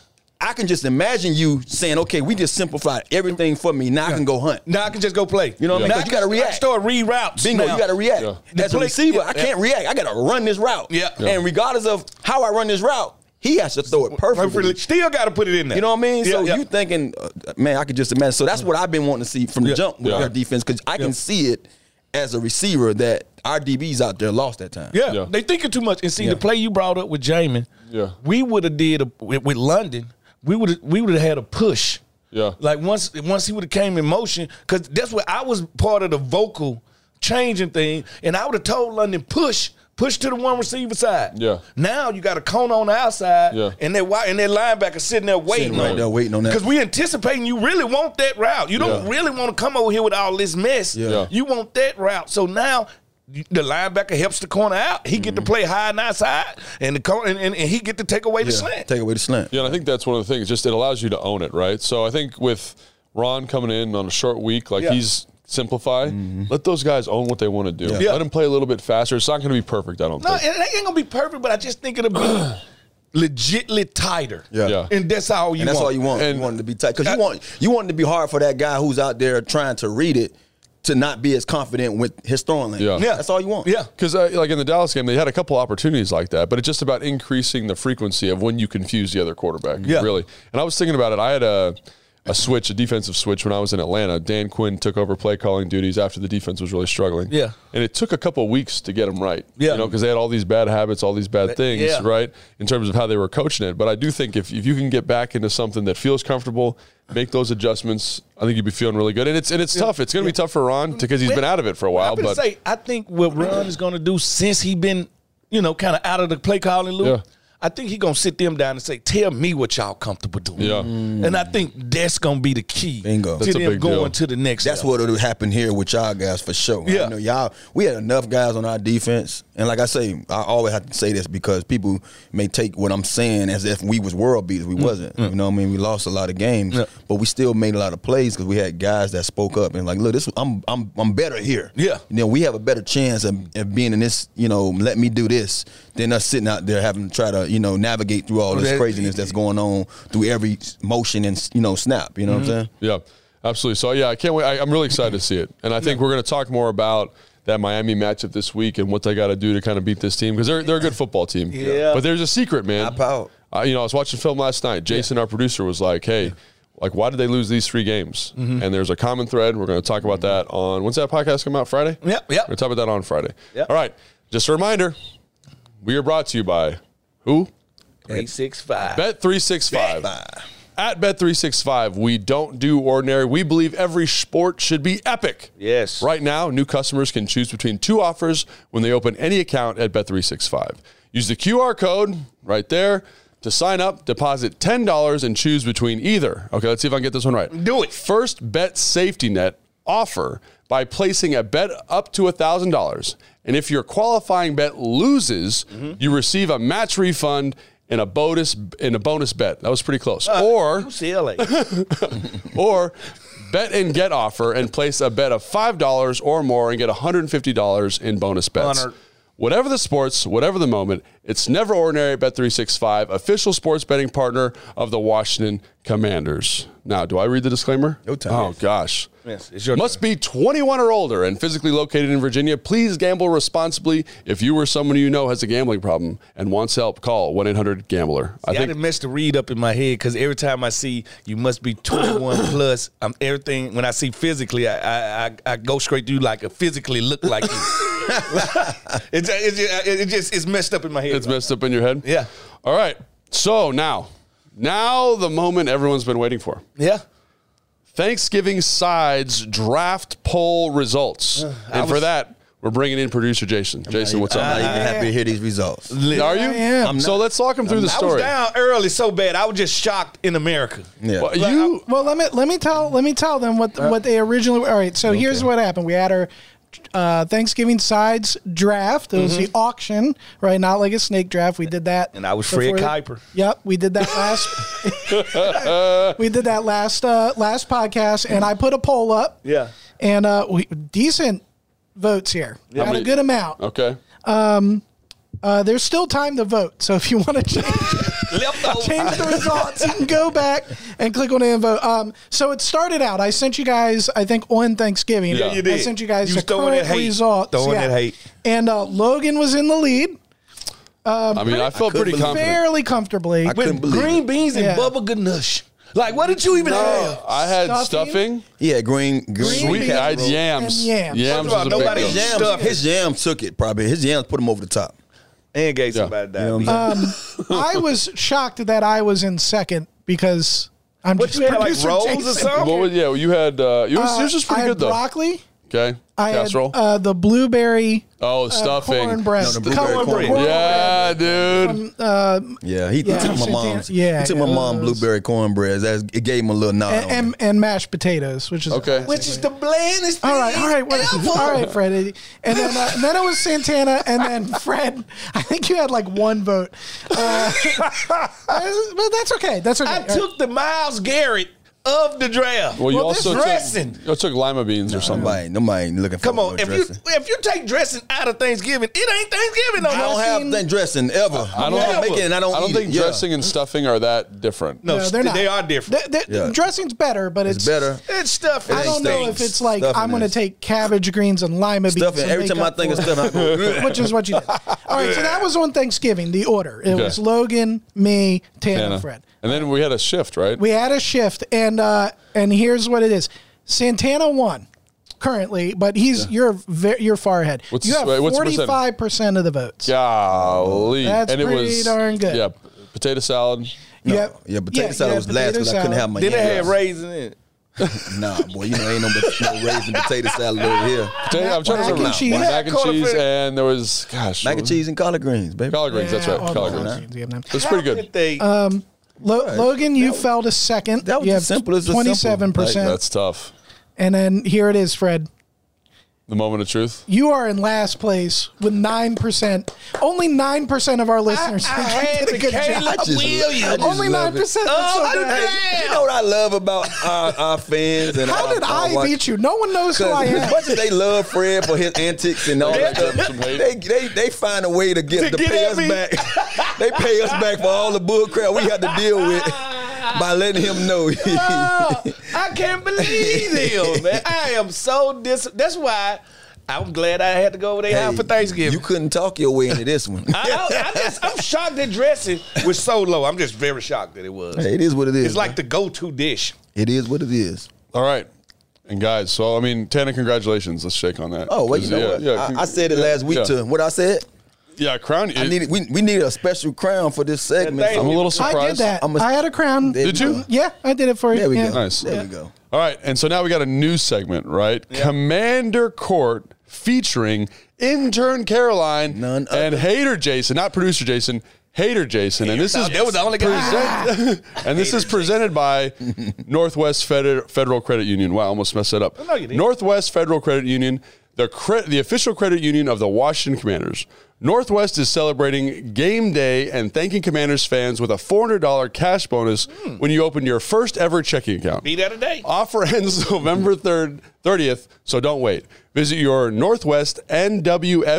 Speaker 3: I can just imagine you saying, okay, we just simplified everything for me. Now I can go hunt.
Speaker 2: Now I can just go play. You
Speaker 3: know what I mean?
Speaker 2: Now
Speaker 3: 'Cause you gotta
Speaker 2: can- I
Speaker 3: react.
Speaker 2: can start reroutes.
Speaker 3: Bingo,
Speaker 2: now.
Speaker 3: you got to react.
Speaker 1: Yeah.
Speaker 3: As a
Speaker 2: Play-
Speaker 3: receiver,
Speaker 2: yeah,
Speaker 3: I can't react. I got to run this route.
Speaker 2: Yeah. Yeah.
Speaker 3: And regardless of how I run this route, he has to throw it perfectly.
Speaker 2: Perfectly. Still got to put it in there.
Speaker 3: You know what I mean?
Speaker 2: Yeah,
Speaker 3: so
Speaker 2: yeah.
Speaker 3: you thinking, uh, man, I could just imagine. So that's what I've been wanting to see from the
Speaker 2: Yeah.
Speaker 3: jump with
Speaker 1: Yeah.
Speaker 3: our defense because I can see it as a receiver that our DBs out there lost that time.
Speaker 2: Yeah,
Speaker 1: Yeah.
Speaker 2: they thinking too much. And see,
Speaker 3: Yeah.
Speaker 2: the play you brought up with Jamin,
Speaker 1: Yeah.
Speaker 2: we would have did a, with, with London. We would we would have had a push.
Speaker 1: Yeah.
Speaker 2: like once once he would have came in motion, because that's where I was part of the vocal changing thing, and I would have told London push. Push to the one receiver side.
Speaker 1: Yeah.
Speaker 2: Now you got a cone on the outside,
Speaker 1: Yeah.
Speaker 2: and that wi- and that linebacker sitting there waiting
Speaker 3: right
Speaker 2: on
Speaker 3: there waiting on that.
Speaker 2: Because we anticipating you really want that route. You don't
Speaker 1: Yeah.
Speaker 2: really want to come over here with all this mess.
Speaker 1: Yeah.
Speaker 2: You want that route. So now you- the linebacker helps the corner out. He get to
Speaker 3: Mm-hmm.
Speaker 2: play high and outside, and the corner, and, and, and he get to take away the slant.
Speaker 3: Take away the slant.
Speaker 1: Yeah, and I think that's one of the things. Just it allows you to own it, right? So I think with Ron coming in on a short week, like
Speaker 2: Yeah.
Speaker 1: he's simplify. Let those guys own what they want to do.
Speaker 2: Yeah.
Speaker 1: Let them play a little bit faster. It's not going to be perfect, I don't
Speaker 2: no,
Speaker 1: think.
Speaker 2: it ain't gonna be perfect, but I just think it'll be. legitly tighter.
Speaker 3: Yeah.
Speaker 1: Yeah.
Speaker 2: And that's all you
Speaker 3: and that's
Speaker 2: want.
Speaker 3: all you want.
Speaker 1: And-
Speaker 3: you want it to be tight because
Speaker 2: I-
Speaker 3: you want you want it to be hard for that guy who's out there trying to read it to not be as confident with his throwing lane.
Speaker 1: Yeah.
Speaker 2: Yeah.
Speaker 3: that's all you want.
Speaker 2: Yeah.
Speaker 1: Because uh, like in the Dallas game, they had a couple opportunities like that, but it's just about increasing the frequency of when you confuse the other quarterback.
Speaker 2: Yeah.
Speaker 1: really. And I was thinking about it. I had a a switch, a defensive switch when I was in Atlanta. Dan Quinn took over play calling duties after the defense was really struggling.
Speaker 2: Yeah.
Speaker 1: and it took a couple weeks to get them right.
Speaker 2: Yeah.
Speaker 1: you know, because they had all these bad habits, all these bad things,
Speaker 2: yeah.
Speaker 1: right? In terms of how they were coaching it. But I do think if if you can get back into something that feels comfortable. Make those adjustments. I think you'd be feeling really good, and it's and it's tough. It's going to be tough for Ron because he's been out of it for a while.
Speaker 2: I'm gonna
Speaker 1: But
Speaker 2: say I think what Ron is gonna do since he been, you know, kind of out of the play calling loop.
Speaker 1: Yeah.
Speaker 2: I think he gonna sit them down and say, "Tell me what y'all comfortable doing." Mm.
Speaker 1: Yeah.
Speaker 2: and I think that's gonna be the key
Speaker 3: Bingo.
Speaker 2: to
Speaker 1: That's a
Speaker 2: them
Speaker 1: big
Speaker 2: going
Speaker 1: deal.
Speaker 2: to the next.
Speaker 3: That's
Speaker 2: level.
Speaker 3: what will happen here with y'all guys for sure.
Speaker 2: Yeah.
Speaker 3: I know y'all. We had enough guys on our defense, and like I say, I always have to say this because people may take what I'm saying as if we was world beaters.
Speaker 2: Mm.
Speaker 3: We wasn't. You know, what I mean, we lost a lot of games, but we still made a lot of plays because we had guys that spoke up and like, look, this I'm I'm I'm better here.
Speaker 2: Yeah.
Speaker 3: you know, we have a better chance of, of being in this. You know, let me do this than us sitting out there having to try to you know navigate through all this
Speaker 2: Oh, That-
Speaker 3: craziness that's going on through every motion and you know snap. You know
Speaker 2: Mm-hmm.
Speaker 3: what I'm saying?
Speaker 1: Yeah, absolutely. So yeah, I can't wait. I, I'm really excited to see it, and I think we're going to talk more about that Miami matchup this week and what they got to do to kind of beat this team because they're they're a good football team.
Speaker 2: Yeah.
Speaker 1: but there's a secret, man.
Speaker 3: Hop out.
Speaker 1: I, you know, I was watching film last night. Jason, our producer, was like, "Hey." Like, why did they lose these three games? And there's a common thread. We're going to talk about that on when's that podcast come out? Friday.
Speaker 2: Yep, yep.
Speaker 1: We're going to talk about that on Friday.
Speaker 2: Yep.
Speaker 1: All right. Just a reminder, we are brought to you by who?
Speaker 2: eight six five.
Speaker 1: Bet three six five. At Bet365, we don't do ordinary. We believe every sport should be epic.
Speaker 2: Yes.
Speaker 1: Right now, new customers can choose between two offers when they open any account at Bet365. Use the QR code right there to sign up, deposit $10, and choose between either. Okay, let's see if I can get this one right.
Speaker 2: Do it.
Speaker 1: First bet safety net offer by placing a bet up to $1,000. And if your qualifying bet loses,
Speaker 2: Mm-hmm.
Speaker 1: you receive a match refund and a bonus and a bonus bet. That was pretty close.
Speaker 2: Uh,
Speaker 1: or
Speaker 2: UCLA.
Speaker 1: or bet and get offer and place a bet of $5 or more and get $150 in bonus bets.
Speaker 2: Honored.
Speaker 1: Whatever the sports, whatever the moment, it's never ordinary at Bet365, official sports betting partner of the Washington Commanders. Now, do I read the disclaimer?
Speaker 3: No time.
Speaker 1: Oh, gosh.
Speaker 2: Yes, it's your
Speaker 1: Must be 21 or older and physically located in Virginia. Please gamble responsibly. If you or someone you know has a gambling problem and wants help, call 1 800 Gambler. I
Speaker 2: Yeah, I didn't mess the read up in my head because every time I see you must be 21 plus, I'm everything. When I see physically, I I, I, I go straight to you like a physically look like you. it's, it's, just, it just it's messed up in my head.
Speaker 1: It's messed up in your head?
Speaker 2: Yeah.
Speaker 1: All right. So now, now the moment everyone's been waiting for.
Speaker 2: yeah.
Speaker 1: Thanksgiving sides draft poll results. and for that, we're bringing in producer Jason. Jason, what's
Speaker 3: I'm
Speaker 1: up?
Speaker 3: not even Ah, happy to hear these results.
Speaker 1: Are you?
Speaker 2: I am.
Speaker 1: I'm so let's talk him through the
Speaker 2: I was
Speaker 1: story.
Speaker 2: down early so bad. I was just shocked in America.
Speaker 3: Yeah.
Speaker 1: Well, you
Speaker 4: Well, let me let me tell let me tell them what
Speaker 2: Uh,
Speaker 4: what they originally. All right, so here's what happened. We had our uh, Thanksgiving sides draft. It was the auction, right? Not like a snake draft. We did that,
Speaker 2: Mm-hmm. And I was Fred
Speaker 4: before-
Speaker 2: Kuiper.
Speaker 4: Yep, we did that last. we did that last uh, last podcast, and I put a poll up.
Speaker 2: Yeah.
Speaker 4: and uh, we decent votes here. Got a
Speaker 1: many-
Speaker 4: good amount.
Speaker 1: okay?
Speaker 4: Uh, there's still time to vote, so if you want to change.
Speaker 2: Leftover.
Speaker 4: change the results. You can go back and click on it and vote. Um, so it started out. I sent you guys, I think, on Thanksgiving.
Speaker 1: Yeah, you
Speaker 2: did.
Speaker 4: I sent you guys
Speaker 2: You
Speaker 4: the
Speaker 2: was throwing
Speaker 4: current
Speaker 2: that hate.
Speaker 4: results.
Speaker 2: Throwing that hate.
Speaker 4: And uh, Logan was in the lead
Speaker 1: I mean, I felt
Speaker 3: couldn't
Speaker 1: pretty
Speaker 3: believe-
Speaker 1: confident.
Speaker 4: fairly comfortably.
Speaker 3: I couldn't believe
Speaker 2: Green
Speaker 3: it.
Speaker 2: beans and
Speaker 4: Yeah.
Speaker 2: bubble ganush. Like, what did you even have?
Speaker 1: I had stuffing.
Speaker 4: Stuffing?
Speaker 3: Yeah, green, green,
Speaker 1: Sweet,
Speaker 4: beans
Speaker 1: I had
Speaker 4: and
Speaker 1: yams.
Speaker 4: yams.
Speaker 1: Yams was
Speaker 2: Talk
Speaker 1: a
Speaker 2: about
Speaker 1: big
Speaker 2: nobody
Speaker 1: deal.
Speaker 3: His yams,
Speaker 2: Stuff.
Speaker 3: his yams took it probably. His yams put him over the top.
Speaker 2: And gave
Speaker 1: Yeah.
Speaker 2: somebody
Speaker 3: You know
Speaker 2: diabetes.
Speaker 3: what I'm saying?
Speaker 4: I was shocked that I was in second because I'm
Speaker 2: What
Speaker 4: just
Speaker 2: you had, like,
Speaker 4: producer
Speaker 2: rolls or
Speaker 4: Jason.
Speaker 2: something?
Speaker 1: What was, yeah, you had uh, yours,
Speaker 4: Uh,
Speaker 1: yours was pretty
Speaker 4: I had
Speaker 1: good though.
Speaker 4: Broccoli.
Speaker 1: Okay,
Speaker 4: I had
Speaker 1: casserole.
Speaker 4: uh, the blueberry uh,
Speaker 1: oh, stuffing.
Speaker 4: cornbread.
Speaker 3: No, the blueberry
Speaker 4: Corn-
Speaker 3: cornbread.
Speaker 4: corn-
Speaker 1: Yeah, dude.
Speaker 3: Yeah, he, he
Speaker 4: Yeah.
Speaker 3: took my
Speaker 4: Yeah.
Speaker 3: mom's.
Speaker 4: Yeah,
Speaker 3: he took
Speaker 4: yeah.
Speaker 3: my mom blueberry cornbread. That's it gave him a little nod.
Speaker 4: and, and, and mashed potatoes, which is
Speaker 1: Okay.
Speaker 2: Which is the blandest thing.
Speaker 4: All right, all right, what,
Speaker 2: ever.
Speaker 4: all right, Fred. And then, uh, and then it was Santana, and then Fred. I think you had like one vote, uh, but that's okay. That's okay.
Speaker 2: I took the Miles Garrett of the draft.
Speaker 1: Well, you
Speaker 2: Well,
Speaker 1: also
Speaker 2: this dressing.
Speaker 1: took, you took lima beans or something.
Speaker 3: Nobody, nobody ain't looking for
Speaker 2: Come on,
Speaker 3: no
Speaker 2: if
Speaker 3: Oh, dressing.
Speaker 2: you if you take dressing out of Thanksgiving, it ain't Thanksgiving no
Speaker 3: I don't
Speaker 2: more.
Speaker 3: have that dressing ever. I
Speaker 1: don't-
Speaker 3: make it, and I don't.
Speaker 1: I don't
Speaker 3: eat
Speaker 1: think
Speaker 3: it. Yeah.
Speaker 1: dressing and stuffing are that different.
Speaker 2: No,
Speaker 4: Uh, No, they're not.
Speaker 2: they are different.
Speaker 4: They- they-
Speaker 3: Yeah.
Speaker 4: Dressing's better, but it's,
Speaker 3: It's better.
Speaker 2: It's stuff.
Speaker 4: I don't know if it's like
Speaker 3: Stuffing
Speaker 4: I'm going to
Speaker 3: is-
Speaker 4: take cabbage greens and lima beans.
Speaker 3: Stuffing.
Speaker 4: and
Speaker 3: Every
Speaker 4: make
Speaker 3: time I
Speaker 4: up
Speaker 3: think of
Speaker 4: for it.
Speaker 3: stuffing, I go. "Oh, "Ugh."
Speaker 4: which is what you did. All right, so that was on Thanksgiving. The order it
Speaker 1: Okay.
Speaker 4: was Logan, me, Tana,
Speaker 1: Anna.
Speaker 4: Fred.
Speaker 1: And then we had a shift, right?
Speaker 4: We had a shift, and uh, and here's what it is: Santana won currently, but he's you're ve- you're far ahead.
Speaker 1: What's-
Speaker 4: you have
Speaker 1: wait, what's the percentage?
Speaker 4: forty five percent of the votes.
Speaker 1: Golly,
Speaker 4: That's pretty darn good.
Speaker 1: Yeah, potato salad.
Speaker 4: You
Speaker 3: No,
Speaker 4: have-
Speaker 3: yeah, potato
Speaker 4: you
Speaker 3: salad
Speaker 4: have
Speaker 3: was last,
Speaker 4: potato
Speaker 3: but I couldn't
Speaker 4: salad.
Speaker 3: have my.
Speaker 2: Then they had
Speaker 3: yams.
Speaker 2: raisin in it.
Speaker 3: Nah, boy, you know ain't no, no raisin potato salad over here.
Speaker 1: Potato, I'm trying
Speaker 4: Mac
Speaker 1: to
Speaker 4: and
Speaker 1: remember.
Speaker 4: cheese.
Speaker 1: Mac and
Speaker 2: Yeah,
Speaker 1: cheese,
Speaker 2: cornflakes.
Speaker 1: and there was gosh,
Speaker 3: Mac and cheese and collard greens, baby.
Speaker 1: collard greens.
Speaker 4: Yeah,
Speaker 1: that's right,
Speaker 4: all
Speaker 1: collard
Speaker 4: the
Speaker 1: greens.
Speaker 4: greens, yeah, man.
Speaker 1: That's pretty
Speaker 2: If
Speaker 1: good.
Speaker 2: They,
Speaker 4: Lo- Logan, you fell to second.
Speaker 3: that was
Speaker 4: you
Speaker 3: the
Speaker 4: have
Speaker 3: simplest of simple.
Speaker 4: Twenty seven percent,
Speaker 1: That's tough.
Speaker 4: and then here it is, Fred.
Speaker 1: The moment of truth.
Speaker 4: You are in last place with nine percent. Only nine percent of our
Speaker 2: I,
Speaker 4: listeners
Speaker 2: I had
Speaker 4: did
Speaker 2: the
Speaker 4: a good job.
Speaker 2: Caleb
Speaker 3: I just- I
Speaker 2: Williams.
Speaker 3: just
Speaker 4: Only
Speaker 3: love
Speaker 4: nine
Speaker 3: it.
Speaker 4: percent.
Speaker 2: Oh, I did-
Speaker 3: You know what I love about our, our fans and
Speaker 4: How
Speaker 3: our,
Speaker 4: did
Speaker 3: our
Speaker 4: I
Speaker 3: watch-
Speaker 4: beat you? No one knows who I
Speaker 3: As
Speaker 4: am.
Speaker 3: much as they love Fred for his antics and all that
Speaker 1: Yeah.
Speaker 3: stuff, they, they they find a way to
Speaker 2: To
Speaker 3: get to,
Speaker 2: get
Speaker 3: pay
Speaker 2: at
Speaker 3: us
Speaker 2: me.
Speaker 3: back. they pay us back for all the bull crap we had to deal with by letting him know.
Speaker 2: Oh, I can't believe them, man. I am so dis. That's why I'm glad I had to go over there house for Thanksgiving.
Speaker 3: you couldn't talk your way into this one.
Speaker 2: I, I, I just, I'm shocked that dressing was so low. I'm just very shocked that it was.
Speaker 3: Hey, it is what it is.
Speaker 2: It's like the go-to dish.
Speaker 3: it is what it is.
Speaker 1: All right. And guys, so I mean, Tana, congratulations. Let's shake on that.
Speaker 3: Oh well, you know
Speaker 1: yeah,
Speaker 3: what?
Speaker 1: Yeah,
Speaker 3: I, I said it last week
Speaker 1: yeah.
Speaker 3: to what I said.
Speaker 1: Yeah, crown.
Speaker 3: I needed we we needed a special crown for this segment.
Speaker 2: thank
Speaker 1: I'm a
Speaker 2: you.
Speaker 1: little
Speaker 4: I
Speaker 1: surprised.
Speaker 4: did that.
Speaker 3: I'm a-
Speaker 4: I had a crown.
Speaker 1: Did you?
Speaker 4: Yeah, I did it for you.
Speaker 3: There we
Speaker 4: yeah.
Speaker 3: go.
Speaker 1: Nice.
Speaker 3: There we go.
Speaker 1: All right, and so now we got a new segment, right? Commander Court featuring intern Caroline
Speaker 3: None other.
Speaker 1: and hater Jason, not producer Jason, hater Jason, and this
Speaker 2: No,
Speaker 1: is
Speaker 2: that was the only guy.
Speaker 1: present- and this is presented by Northwest Fed- Federal Credit Union. Wow, I almost messed that up.
Speaker 2: No, you didn't.
Speaker 1: Northwest Federal Credit Union, the cre- the official credit union of the Washington Commanders. Northwest is celebrating game day and thanking Commanders fans with a $400 cash bonus
Speaker 2: Hmm.
Speaker 1: when you open your first ever checking account.
Speaker 2: Be there today.
Speaker 1: Offer ends November 3rd, 30th, so don't wait. Visit your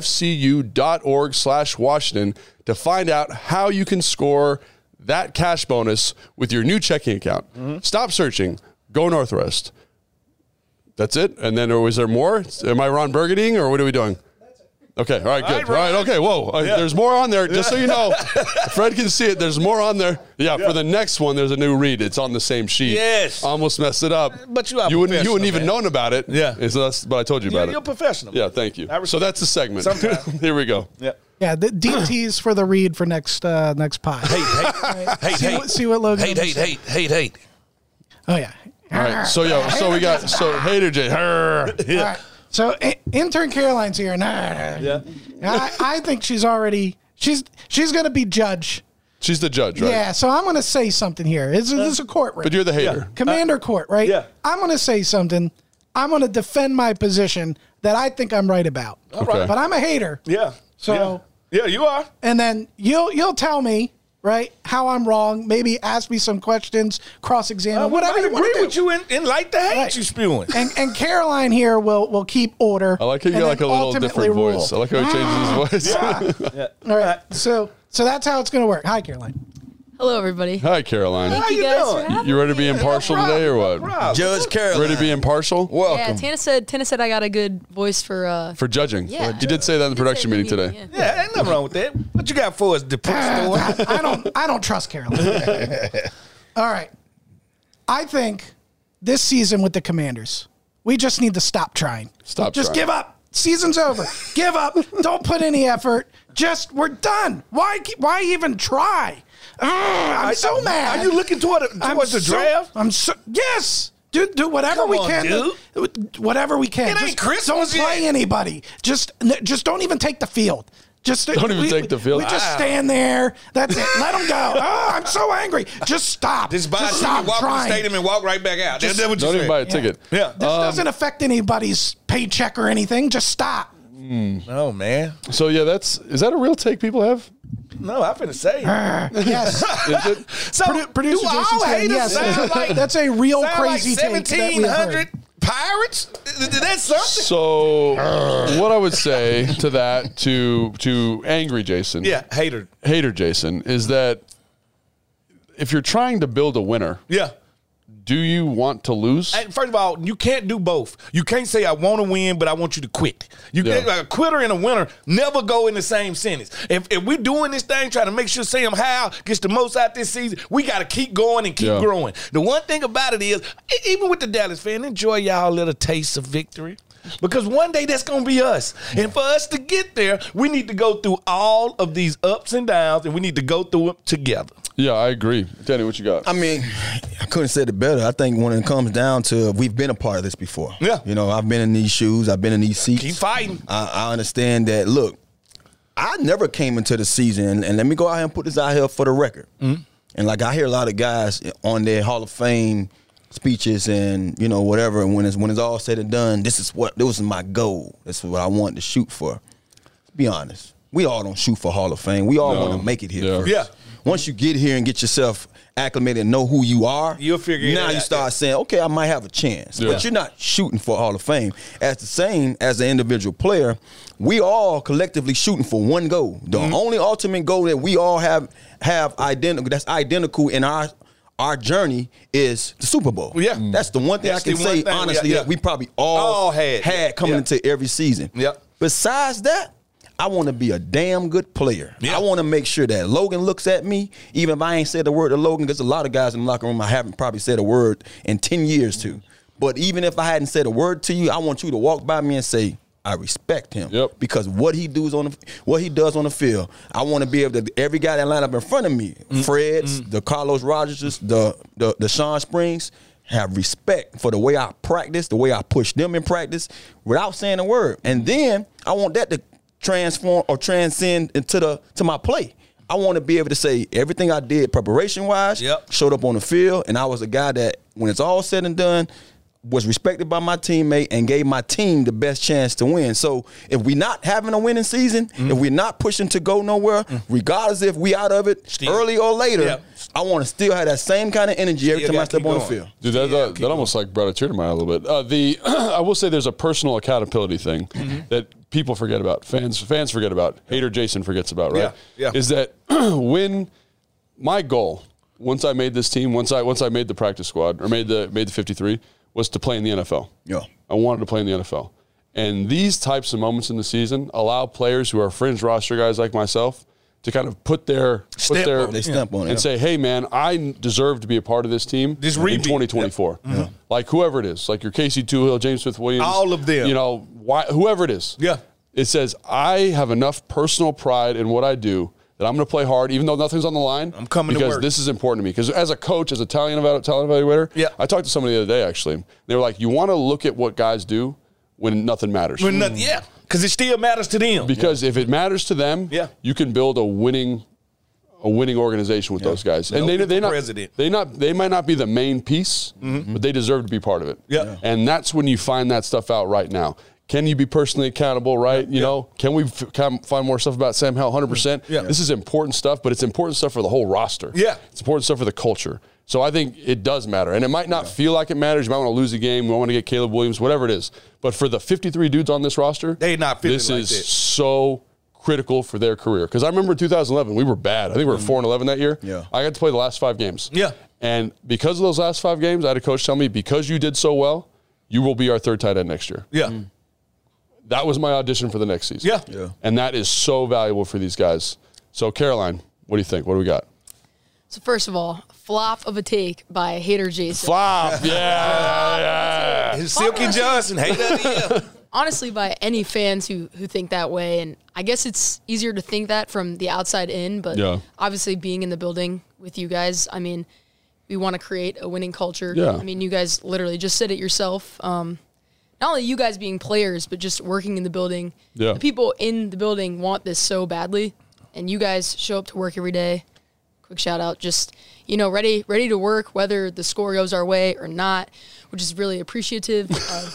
Speaker 1: northwestnwfcu.org slash Washington to find out how you can score that cash bonus with your new checking account.
Speaker 2: Mm-hmm.
Speaker 1: Stop searching. Go Northwest. That's it? And then, or was there more? Am I Ron Burgundying, or what are we doing? Okay, all right, good.
Speaker 2: All
Speaker 1: All
Speaker 2: right,
Speaker 1: right, okay, whoa. Uh, There's more on there, just so you know. Fred can see it. There's more on there. Yeah, for the next one, there's a new read. It's on the same sheet.
Speaker 2: Yes.
Speaker 1: Almost messed it up.
Speaker 2: But you are
Speaker 1: you wouldn't, you wouldn't
Speaker 2: professional,
Speaker 1: even
Speaker 2: man.
Speaker 1: known about it.
Speaker 2: Yeah.
Speaker 1: It's us, but I told you about
Speaker 2: You're,
Speaker 1: it.
Speaker 2: you're professional.
Speaker 1: yeah, thank you.
Speaker 2: I respect
Speaker 1: So that's the segment.
Speaker 2: Sometimes.
Speaker 1: Here we go.
Speaker 2: Yeah.
Speaker 4: Yeah, the DTs for the read for next uh, next pod. Hey,
Speaker 2: Hey,
Speaker 4: see, what, see what Logan.
Speaker 2: hate, hate, hate, hate, hate.
Speaker 4: Oh yeah.
Speaker 1: All right. So yo, so we got so hater J. her.
Speaker 4: All right. So i- intern Caroline's here, and yeah. I, I think she's already she's she's going to be judge.
Speaker 1: She's the judge, right?
Speaker 4: Yeah. So I'm going to say something here. It's, this is a courtroom.
Speaker 1: But you're the hater.
Speaker 4: Commander Court, right?
Speaker 2: yeah.
Speaker 4: I'm going to say something. I'm going to defend my position that I think I'm right about.
Speaker 1: right.
Speaker 4: But I'm a hater.
Speaker 2: Yeah.
Speaker 4: So-
Speaker 2: yeah, yeah you are.
Speaker 4: and then you'll you'll tell me right how I'm wrong. Maybe ask me some questions, cross examine,
Speaker 2: Uh, I
Speaker 4: whatever
Speaker 2: might
Speaker 4: you want
Speaker 2: agree
Speaker 4: to do.
Speaker 2: with you and, and like the hate
Speaker 4: Right.
Speaker 2: you spewing.
Speaker 4: And and Caroline here will will keep order.
Speaker 1: I like how you
Speaker 4: and
Speaker 1: got like a
Speaker 4: then
Speaker 1: little
Speaker 4: ultimately
Speaker 1: different
Speaker 4: rule.
Speaker 1: voice. I like how he changes his voice.
Speaker 4: All right, so so that's how it's going to work. Hi, Caroline.
Speaker 5: Hello, everybody.
Speaker 1: Hi, Caroline.
Speaker 5: Thank
Speaker 2: How
Speaker 5: you,
Speaker 2: you
Speaker 5: guys
Speaker 2: doing?
Speaker 5: for having
Speaker 1: You ready to be
Speaker 5: me.
Speaker 1: impartial today or what?
Speaker 2: Rob,
Speaker 3: Judge Carol.
Speaker 1: Ready to be impartial?
Speaker 5: Yeah,
Speaker 3: Welcome.
Speaker 5: Tana said. Tana said I got a good voice for. Uh,
Speaker 1: For judging.
Speaker 5: Yeah.
Speaker 1: You did say that in the production meeting today.
Speaker 5: Yeah.
Speaker 2: Yeah, ain't nothing wrong with that. What you got for us, depressed or?
Speaker 4: I, I don't I don't trust Caroline. All right, I think this season with the Commanders, we just need to stop trying.
Speaker 1: Stop
Speaker 4: Just
Speaker 1: trying.
Speaker 4: give up. Season's over. give up. Don't put any effort. Just we're done. Why ke- why even try? Ugh, I'm so mad.
Speaker 2: Are you looking toward,
Speaker 4: I'm
Speaker 2: towards the
Speaker 4: so-
Speaker 2: draft?
Speaker 4: I'm so yes. Do, do whatever
Speaker 2: Come
Speaker 4: we
Speaker 2: on,
Speaker 4: can. to- Whatever we can.
Speaker 2: It ain't
Speaker 4: Just Don't
Speaker 2: Christmas
Speaker 4: play
Speaker 2: yet.
Speaker 4: anybody. Just n- just don't even take the field. Just
Speaker 1: Don't even
Speaker 4: we-
Speaker 1: take the field.
Speaker 4: We just
Speaker 2: Ah.
Speaker 1: Wow.
Speaker 4: stand there. That's it. Let them go. Oh, I'm so angry. Just stop.
Speaker 2: Just buy a ticket,
Speaker 4: stop
Speaker 2: walk to
Speaker 4: trying.
Speaker 2: the stadium and walk right back out. That's what you
Speaker 1: Don't even
Speaker 2: said.
Speaker 1: buy a ticket.
Speaker 2: Yeah.
Speaker 4: This doesn't affect anybody's paycheck or anything. Just stop.
Speaker 2: No, man.
Speaker 1: So yeah, that's is that a real take people have?
Speaker 2: No, I'm finna say.
Speaker 4: Yes.
Speaker 1: Is it?
Speaker 2: So
Speaker 4: Produ- producer
Speaker 2: do all
Speaker 4: Jason's saying
Speaker 2: haters
Speaker 4: yes.
Speaker 2: sound like
Speaker 4: That's a real
Speaker 2: sound
Speaker 4: crazy
Speaker 2: like
Speaker 4: take that we have heard.
Speaker 2: 1700 pirates? That's something.
Speaker 1: So what I would say to that to to angry Jason,
Speaker 2: Yeah, hater.
Speaker 1: hater Jason, is that if you're trying to build a winner,
Speaker 2: Yeah.
Speaker 1: do you want to lose?
Speaker 2: And first of all, you can't do both. You can't say I want to win, but I want you to quit. You
Speaker 1: Yeah.
Speaker 2: can't, like a quitter and a winner never go in the same sentence. If if we doing this thing, trying to make sure Sam Howe gets the most out this season, we got to keep going and keep
Speaker 1: Yeah.
Speaker 2: growing. The one thing about it is, e- even with the Dallas fan, enjoy y'all little taste of victory. Because one day that's gonna be us. And for us to get there, we need to go through all of these ups and downs and we need to go through them together.
Speaker 1: yeah, I agree. Danny, what you got?
Speaker 3: I mean, I couldn't say it better. I think when it comes down to we've been a part of this before.
Speaker 2: Yeah.
Speaker 3: You know, I've been in these shoes, I've been in these seats.
Speaker 2: Keep fighting.
Speaker 3: I, I understand that. Look, I never came into the season, and, and let me go out here and put this out here for the record.
Speaker 2: Mm-hmm.
Speaker 3: And like I hear a lot of guys on their Hall of Fame speeches and you know whatever. And when it's when it's all said and done, this is what this was my goal. This is what I wanted to shoot for. Let's be honest, we all don't shoot for Hall of Fame. We all
Speaker 1: No.
Speaker 3: want to make it here.
Speaker 1: Yeah.
Speaker 3: First.
Speaker 2: Yeah.
Speaker 3: Once you get here and get yourself acclimated and know who you are,
Speaker 2: You'll figure it
Speaker 3: Now
Speaker 2: out,
Speaker 3: you start
Speaker 2: yeah.
Speaker 3: saying, okay, I might have a chance.
Speaker 1: Yeah.
Speaker 3: But you're not shooting for Hall of Fame. As the same as an individual player, we all collectively shooting for one goal. The
Speaker 2: Mm-hmm.
Speaker 3: only ultimate goal that we all have have identical that's identical in our our journey is the Super Bowl.
Speaker 2: Yeah. Mm.
Speaker 3: That's the one thing
Speaker 2: That's
Speaker 3: I
Speaker 2: the
Speaker 3: can
Speaker 2: one
Speaker 3: say
Speaker 2: thing, yeah,
Speaker 3: honestly
Speaker 2: yeah.
Speaker 3: that we probably all,
Speaker 2: All had, yeah,
Speaker 3: had coming
Speaker 2: yeah.
Speaker 3: into every season.
Speaker 2: Yep.
Speaker 3: Besides that, I want to be a damn good player.
Speaker 2: Yeah.
Speaker 3: I want to make sure that Logan looks at me, even if I ain't said a word to Logan, because a lot of guys in the locker room I haven't probably said a word in 10 years to. But even if I hadn't said a word to you, I want you to walk by me and say, I respect him.
Speaker 1: Yep.
Speaker 3: Because what he does on the what he does on the field, I want to be able to every guy that line up in front of me, Freds, the Carlos Rogerses, the the the Sean Springs, have respect for the way I practice, the way I push them in practice without saying a word. And then I want that to transform or transcend into the to my play. I want to be able to say everything I did preparation wise,
Speaker 2: Yep.
Speaker 3: showed up on the field, and I was a guy that when it's all said and done, was respected by my teammate and gave my team the best chance to win. So if we're not having a winning season, if we're not pushing to go nowhere, regardless if we out of it
Speaker 2: Still.
Speaker 3: early or later,
Speaker 2: Yep.
Speaker 3: I want to still have that same kind of energy every
Speaker 2: Still
Speaker 3: time I
Speaker 2: gotta
Speaker 3: step
Speaker 2: keep
Speaker 3: on the
Speaker 2: going.
Speaker 3: field.
Speaker 1: Dude, that, that, that almost like brought a tear to my eye a little bit. Uh, the I will say there's a personal accountability thing that people forget about. Fans fans forget about. Hater Jason forgets about. Right?
Speaker 2: Yeah, yeah.
Speaker 1: Is that when my goal once I made this team, once I once I made the practice squad or made the made the 53 was to play in the NFL.
Speaker 3: Yeah.
Speaker 1: I wanted to play in the NFL. And these types of moments in the season allow players who are fringe roster guys like myself to kind of put their put
Speaker 2: Stamp
Speaker 1: their
Speaker 2: on it.
Speaker 3: They stamp on it.
Speaker 1: and say, "Hey, man, I deserve to be a part of this team
Speaker 2: This
Speaker 1: in
Speaker 2: repeat. Mm-hmm.
Speaker 1: 2024." Like whoever it is, like your Casey Tuhill, James Smith Williams,
Speaker 2: All of them.
Speaker 1: You know, why, whoever it is.
Speaker 2: Yeah.
Speaker 1: It says, "I have enough personal pride in what I do that I'm going to play hard, even though nothing's on the line.
Speaker 2: I'm coming to
Speaker 1: because
Speaker 2: work."
Speaker 1: this is important to me. Because as a coach, as a talent evalu- talent evaluator,
Speaker 2: Yeah.
Speaker 1: I talked to somebody the other day actually. They were like, "You want to look at what guys do when nothing matters."
Speaker 2: But nothing, yeah, because it still matters to them.
Speaker 1: Hmm. because if it matters to them,
Speaker 2: Yeah.
Speaker 1: you can build a winning a winning organization with those guys. And they
Speaker 2: Nope.
Speaker 1: they not
Speaker 2: President. Mm-hmm.
Speaker 1: they not they might not be the main piece, but they deserve to be part of it.
Speaker 2: Yeah. Yeah.
Speaker 1: And that's when you find that stuff out right now. Can you be personally accountable, right? You know, can we f- come find more stuff about Sam Howell 100%?
Speaker 2: Yeah.
Speaker 1: This is important stuff, but it's important stuff for the whole roster.
Speaker 2: Yeah.
Speaker 1: It's important stuff for the culture. So I think it does matter. And it might not feel like it matters. You might want to lose a game. You might want to get Caleb Williams, whatever it is. But for the 53 dudes on this roster,
Speaker 2: They not feeling
Speaker 1: this
Speaker 2: like
Speaker 1: is
Speaker 2: that.
Speaker 1: so critical for their career. Because I remember in 2011, we were bad. I think we were four and 11 that year.
Speaker 3: Yeah.
Speaker 1: I got to play the last five games.
Speaker 2: Yeah.
Speaker 1: and because of those last five games, I had a coach tell me, "Because you did so well, you will be our third tight end next year."
Speaker 2: Yeah.
Speaker 1: That was my audition for the next season.
Speaker 2: Yeah. Yeah.
Speaker 1: and that is so valuable for these guys. So Caroline, what do you think? What do we got?
Speaker 5: So first of all, flop of a take by hater Jason.
Speaker 1: Flop. Yeah.
Speaker 2: And Silky
Speaker 5: Honestly-
Speaker 2: Johnson, hate that yeah.
Speaker 5: Honestly, by any fans who who think that way, and I guess it's easier to think that from the outside in, but
Speaker 1: Yeah.
Speaker 5: obviously being in the building with you guys, I mean, we want to create a winning culture.
Speaker 1: Yeah.
Speaker 5: I mean, you guys literally just said it yourself. Um, not only you guys being players, but just working in the building.
Speaker 1: Yeah.
Speaker 5: The people in the building want this so badly, and you guys show up to work every day. Quick shout out, just you know, ready ready to work, whether the score goes our way or not, which is really appreciative of um,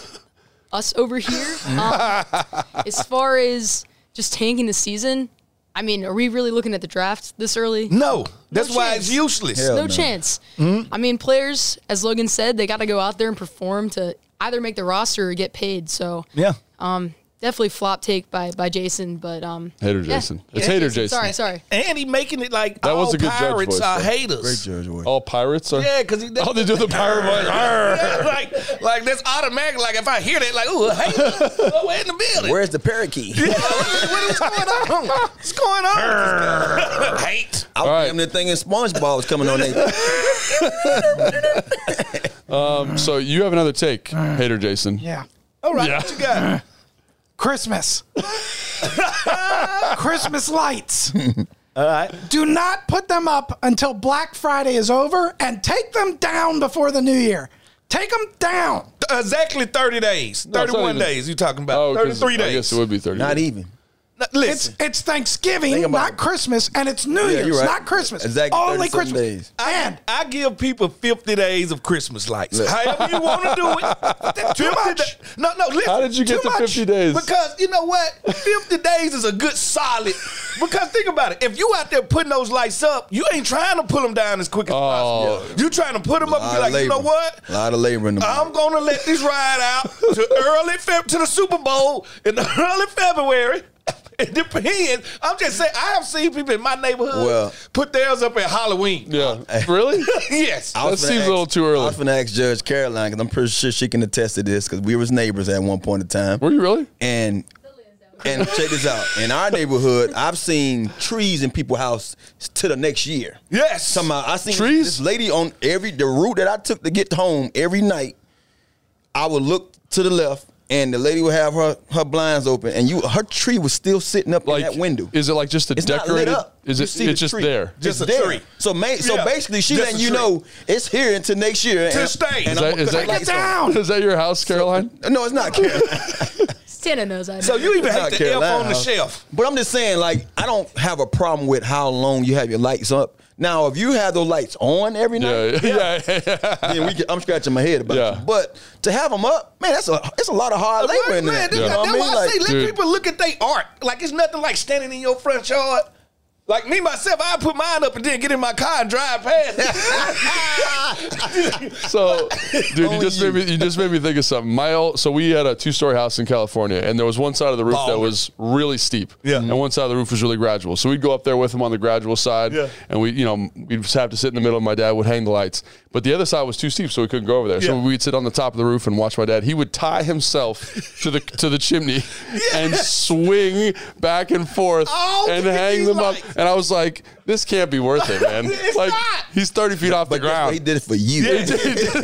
Speaker 5: us over here. Um, as far as just tanking the season, I mean, are we really looking at the draft this early?
Speaker 2: No, Mm-hmm. that's why
Speaker 5: chance.
Speaker 2: it's useless.
Speaker 5: no,
Speaker 3: no.
Speaker 5: chance. I mean, players, as Logan said, they got to go out there and perform to either make the roster or get paid. So
Speaker 2: Yeah.
Speaker 5: definitely flop take by by Jason, but um,
Speaker 1: Hater Jason. It's hater Jason.
Speaker 5: Sorry, sorry.
Speaker 2: And he making it like
Speaker 1: That
Speaker 2: all
Speaker 1: was a good judge
Speaker 2: pirates
Speaker 1: voice,
Speaker 2: are
Speaker 1: though.
Speaker 2: haters.
Speaker 3: Great George Boy.
Speaker 1: All pirates are.
Speaker 2: Yeah, because he
Speaker 1: Oh, they do the pirate voice. Arr.
Speaker 2: Yeah, like, like that's automatic. Like if I hear that, like, ooh, hey, oh, we're in the building.
Speaker 3: Where's the parakeet?
Speaker 2: Yeah, what, what- what's going on? What's going on? Hate.
Speaker 3: I
Speaker 1: right.
Speaker 3: was damn the thing in SpongeBob was coming on there.
Speaker 1: So you have another take, hater Jason.
Speaker 4: Yeah.
Speaker 2: All right,
Speaker 1: Yeah.
Speaker 2: what you got?
Speaker 4: Christmas. Christmas lights.
Speaker 2: All right.
Speaker 4: Do not put them up until Black Friday is over and take them down before the new year. Take them down.
Speaker 2: Exactly 30 days.
Speaker 1: No, it's not
Speaker 2: 31
Speaker 1: even-
Speaker 2: days you talking about.
Speaker 1: Oh, 'cause
Speaker 2: 33
Speaker 1: I
Speaker 2: days.
Speaker 1: guess it would be 30.
Speaker 3: Not even.
Speaker 2: Now,
Speaker 4: It's
Speaker 2: listen,
Speaker 4: it's Thanksgiving,
Speaker 3: Think about
Speaker 4: not
Speaker 3: it.
Speaker 4: Christmas, and it's New
Speaker 3: Yeah,
Speaker 4: Year's,
Speaker 3: you're right.
Speaker 4: not Christmas.
Speaker 3: Exactly
Speaker 4: Only
Speaker 3: 37
Speaker 4: Christmas.
Speaker 3: days.
Speaker 4: And
Speaker 2: I give people 50 days of Christmas lights.
Speaker 3: Look.
Speaker 2: However you want to do it. That's too much. no, no, listen.
Speaker 1: How did you get
Speaker 2: Too
Speaker 1: to 50 days?
Speaker 2: Because you know what? 50 days is a good solid. Because think about it. If you out there putting those lights up, you ain't trying to pull them down as
Speaker 1: Oh.
Speaker 2: quick as possible. You trying to put them up and
Speaker 3: Lot
Speaker 2: be
Speaker 3: of
Speaker 2: like, you know
Speaker 3: labor.
Speaker 2: what?
Speaker 3: A lot of labor in the
Speaker 2: I'm
Speaker 3: morning.
Speaker 2: gonna let this ride out to early Feb to the Super Bowl in early February. It depends. I'm just saying. I have seen people in my neighborhood
Speaker 3: Well-
Speaker 2: put theirs up at Halloween.
Speaker 1: Yeah. really?
Speaker 2: yes.
Speaker 3: I was
Speaker 1: That
Speaker 3: finna
Speaker 1: seems a
Speaker 3: ask-
Speaker 1: little too early.
Speaker 3: I was finna ask Judge Caroline because I'm pretty sure she can attest to this because we was neighbors at one point in time.
Speaker 1: Were you really?
Speaker 3: and and check this out. In our neighborhood, I've seen trees in people's house to the next year.
Speaker 2: yes.
Speaker 3: Somehow I seen
Speaker 1: Trees?
Speaker 3: this lady on every the route that I took to get home every night. I would look to the left, and the lady would have her her blinds open, and you her tree was still sitting up
Speaker 1: Like
Speaker 3: in that window.
Speaker 1: Is it like just a
Speaker 3: It's not lit
Speaker 1: decorated?
Speaker 3: up.
Speaker 1: Is
Speaker 3: You
Speaker 1: it?
Speaker 3: see the
Speaker 1: It's just
Speaker 3: tree.
Speaker 1: there.
Speaker 2: Just
Speaker 3: It's
Speaker 2: a
Speaker 3: there.
Speaker 2: tree.
Speaker 3: So, ma- so
Speaker 2: Yeah.
Speaker 3: basically, she
Speaker 2: Just
Speaker 3: letting
Speaker 2: a
Speaker 3: you
Speaker 2: tree.
Speaker 3: know it's here until next year.
Speaker 2: To
Speaker 3: and-
Speaker 2: stay.
Speaker 3: and
Speaker 1: Is
Speaker 3: I'm
Speaker 1: that, is that,
Speaker 3: gonna cut
Speaker 4: it
Speaker 3: the lights
Speaker 4: down.
Speaker 1: Is that your house, Caroline?
Speaker 3: off. No, it's not Caroline.
Speaker 5: Santa knows I.
Speaker 2: so
Speaker 5: So
Speaker 2: you even
Speaker 3: It's
Speaker 2: hate
Speaker 3: not
Speaker 2: the
Speaker 3: Carolina
Speaker 2: elf on the
Speaker 3: house.
Speaker 2: shelf.
Speaker 3: But I'm just saying, like, I don't have a problem with how long you have your lights up. Now, if you have those lights on every
Speaker 1: Yeah.
Speaker 3: night,
Speaker 1: Yeah.
Speaker 3: then we can, I'm scratching my head about
Speaker 1: Yeah.
Speaker 3: it. But to have them up, man, that's a it's a lot of hard labor
Speaker 2: Man,
Speaker 3: in there.
Speaker 2: that's
Speaker 3: You know
Speaker 2: that's
Speaker 3: what I
Speaker 2: why I
Speaker 3: mean?
Speaker 2: say
Speaker 3: Like,
Speaker 2: let
Speaker 1: Dude.
Speaker 2: people look at their art. Like it's nothing like standing in your front yard. Like me myself, I put mine up and then get in my car and drive past. it.
Speaker 1: So, dude, you
Speaker 3: Only
Speaker 1: just made me you just made me think of something. My old, so we had a two story house in California, and there was one side of the roof that
Speaker 2: Baller.
Speaker 1: was really steep,
Speaker 2: Yeah.
Speaker 1: and one side of the roof was really gradual. So we'd go up there with him on the gradual side,
Speaker 2: Yeah.
Speaker 1: and we, you know, we'd just have to sit in the middle. And my dad would hang the lights, but the other side was too steep, so we couldn't go over there. So
Speaker 2: Yeah.
Speaker 1: we'd sit on the top of the roof and watch my dad. He would tie himself to the to the chimney and swing back and forth
Speaker 2: Oh,
Speaker 1: and
Speaker 2: look at
Speaker 1: hang
Speaker 2: these
Speaker 1: them
Speaker 2: lights.
Speaker 1: up. And I was like, this can't be worth it, man.
Speaker 2: It's
Speaker 1: like
Speaker 2: not.
Speaker 1: he's thirty feet off the
Speaker 3: but guess what?
Speaker 1: ground.
Speaker 3: He did it for you.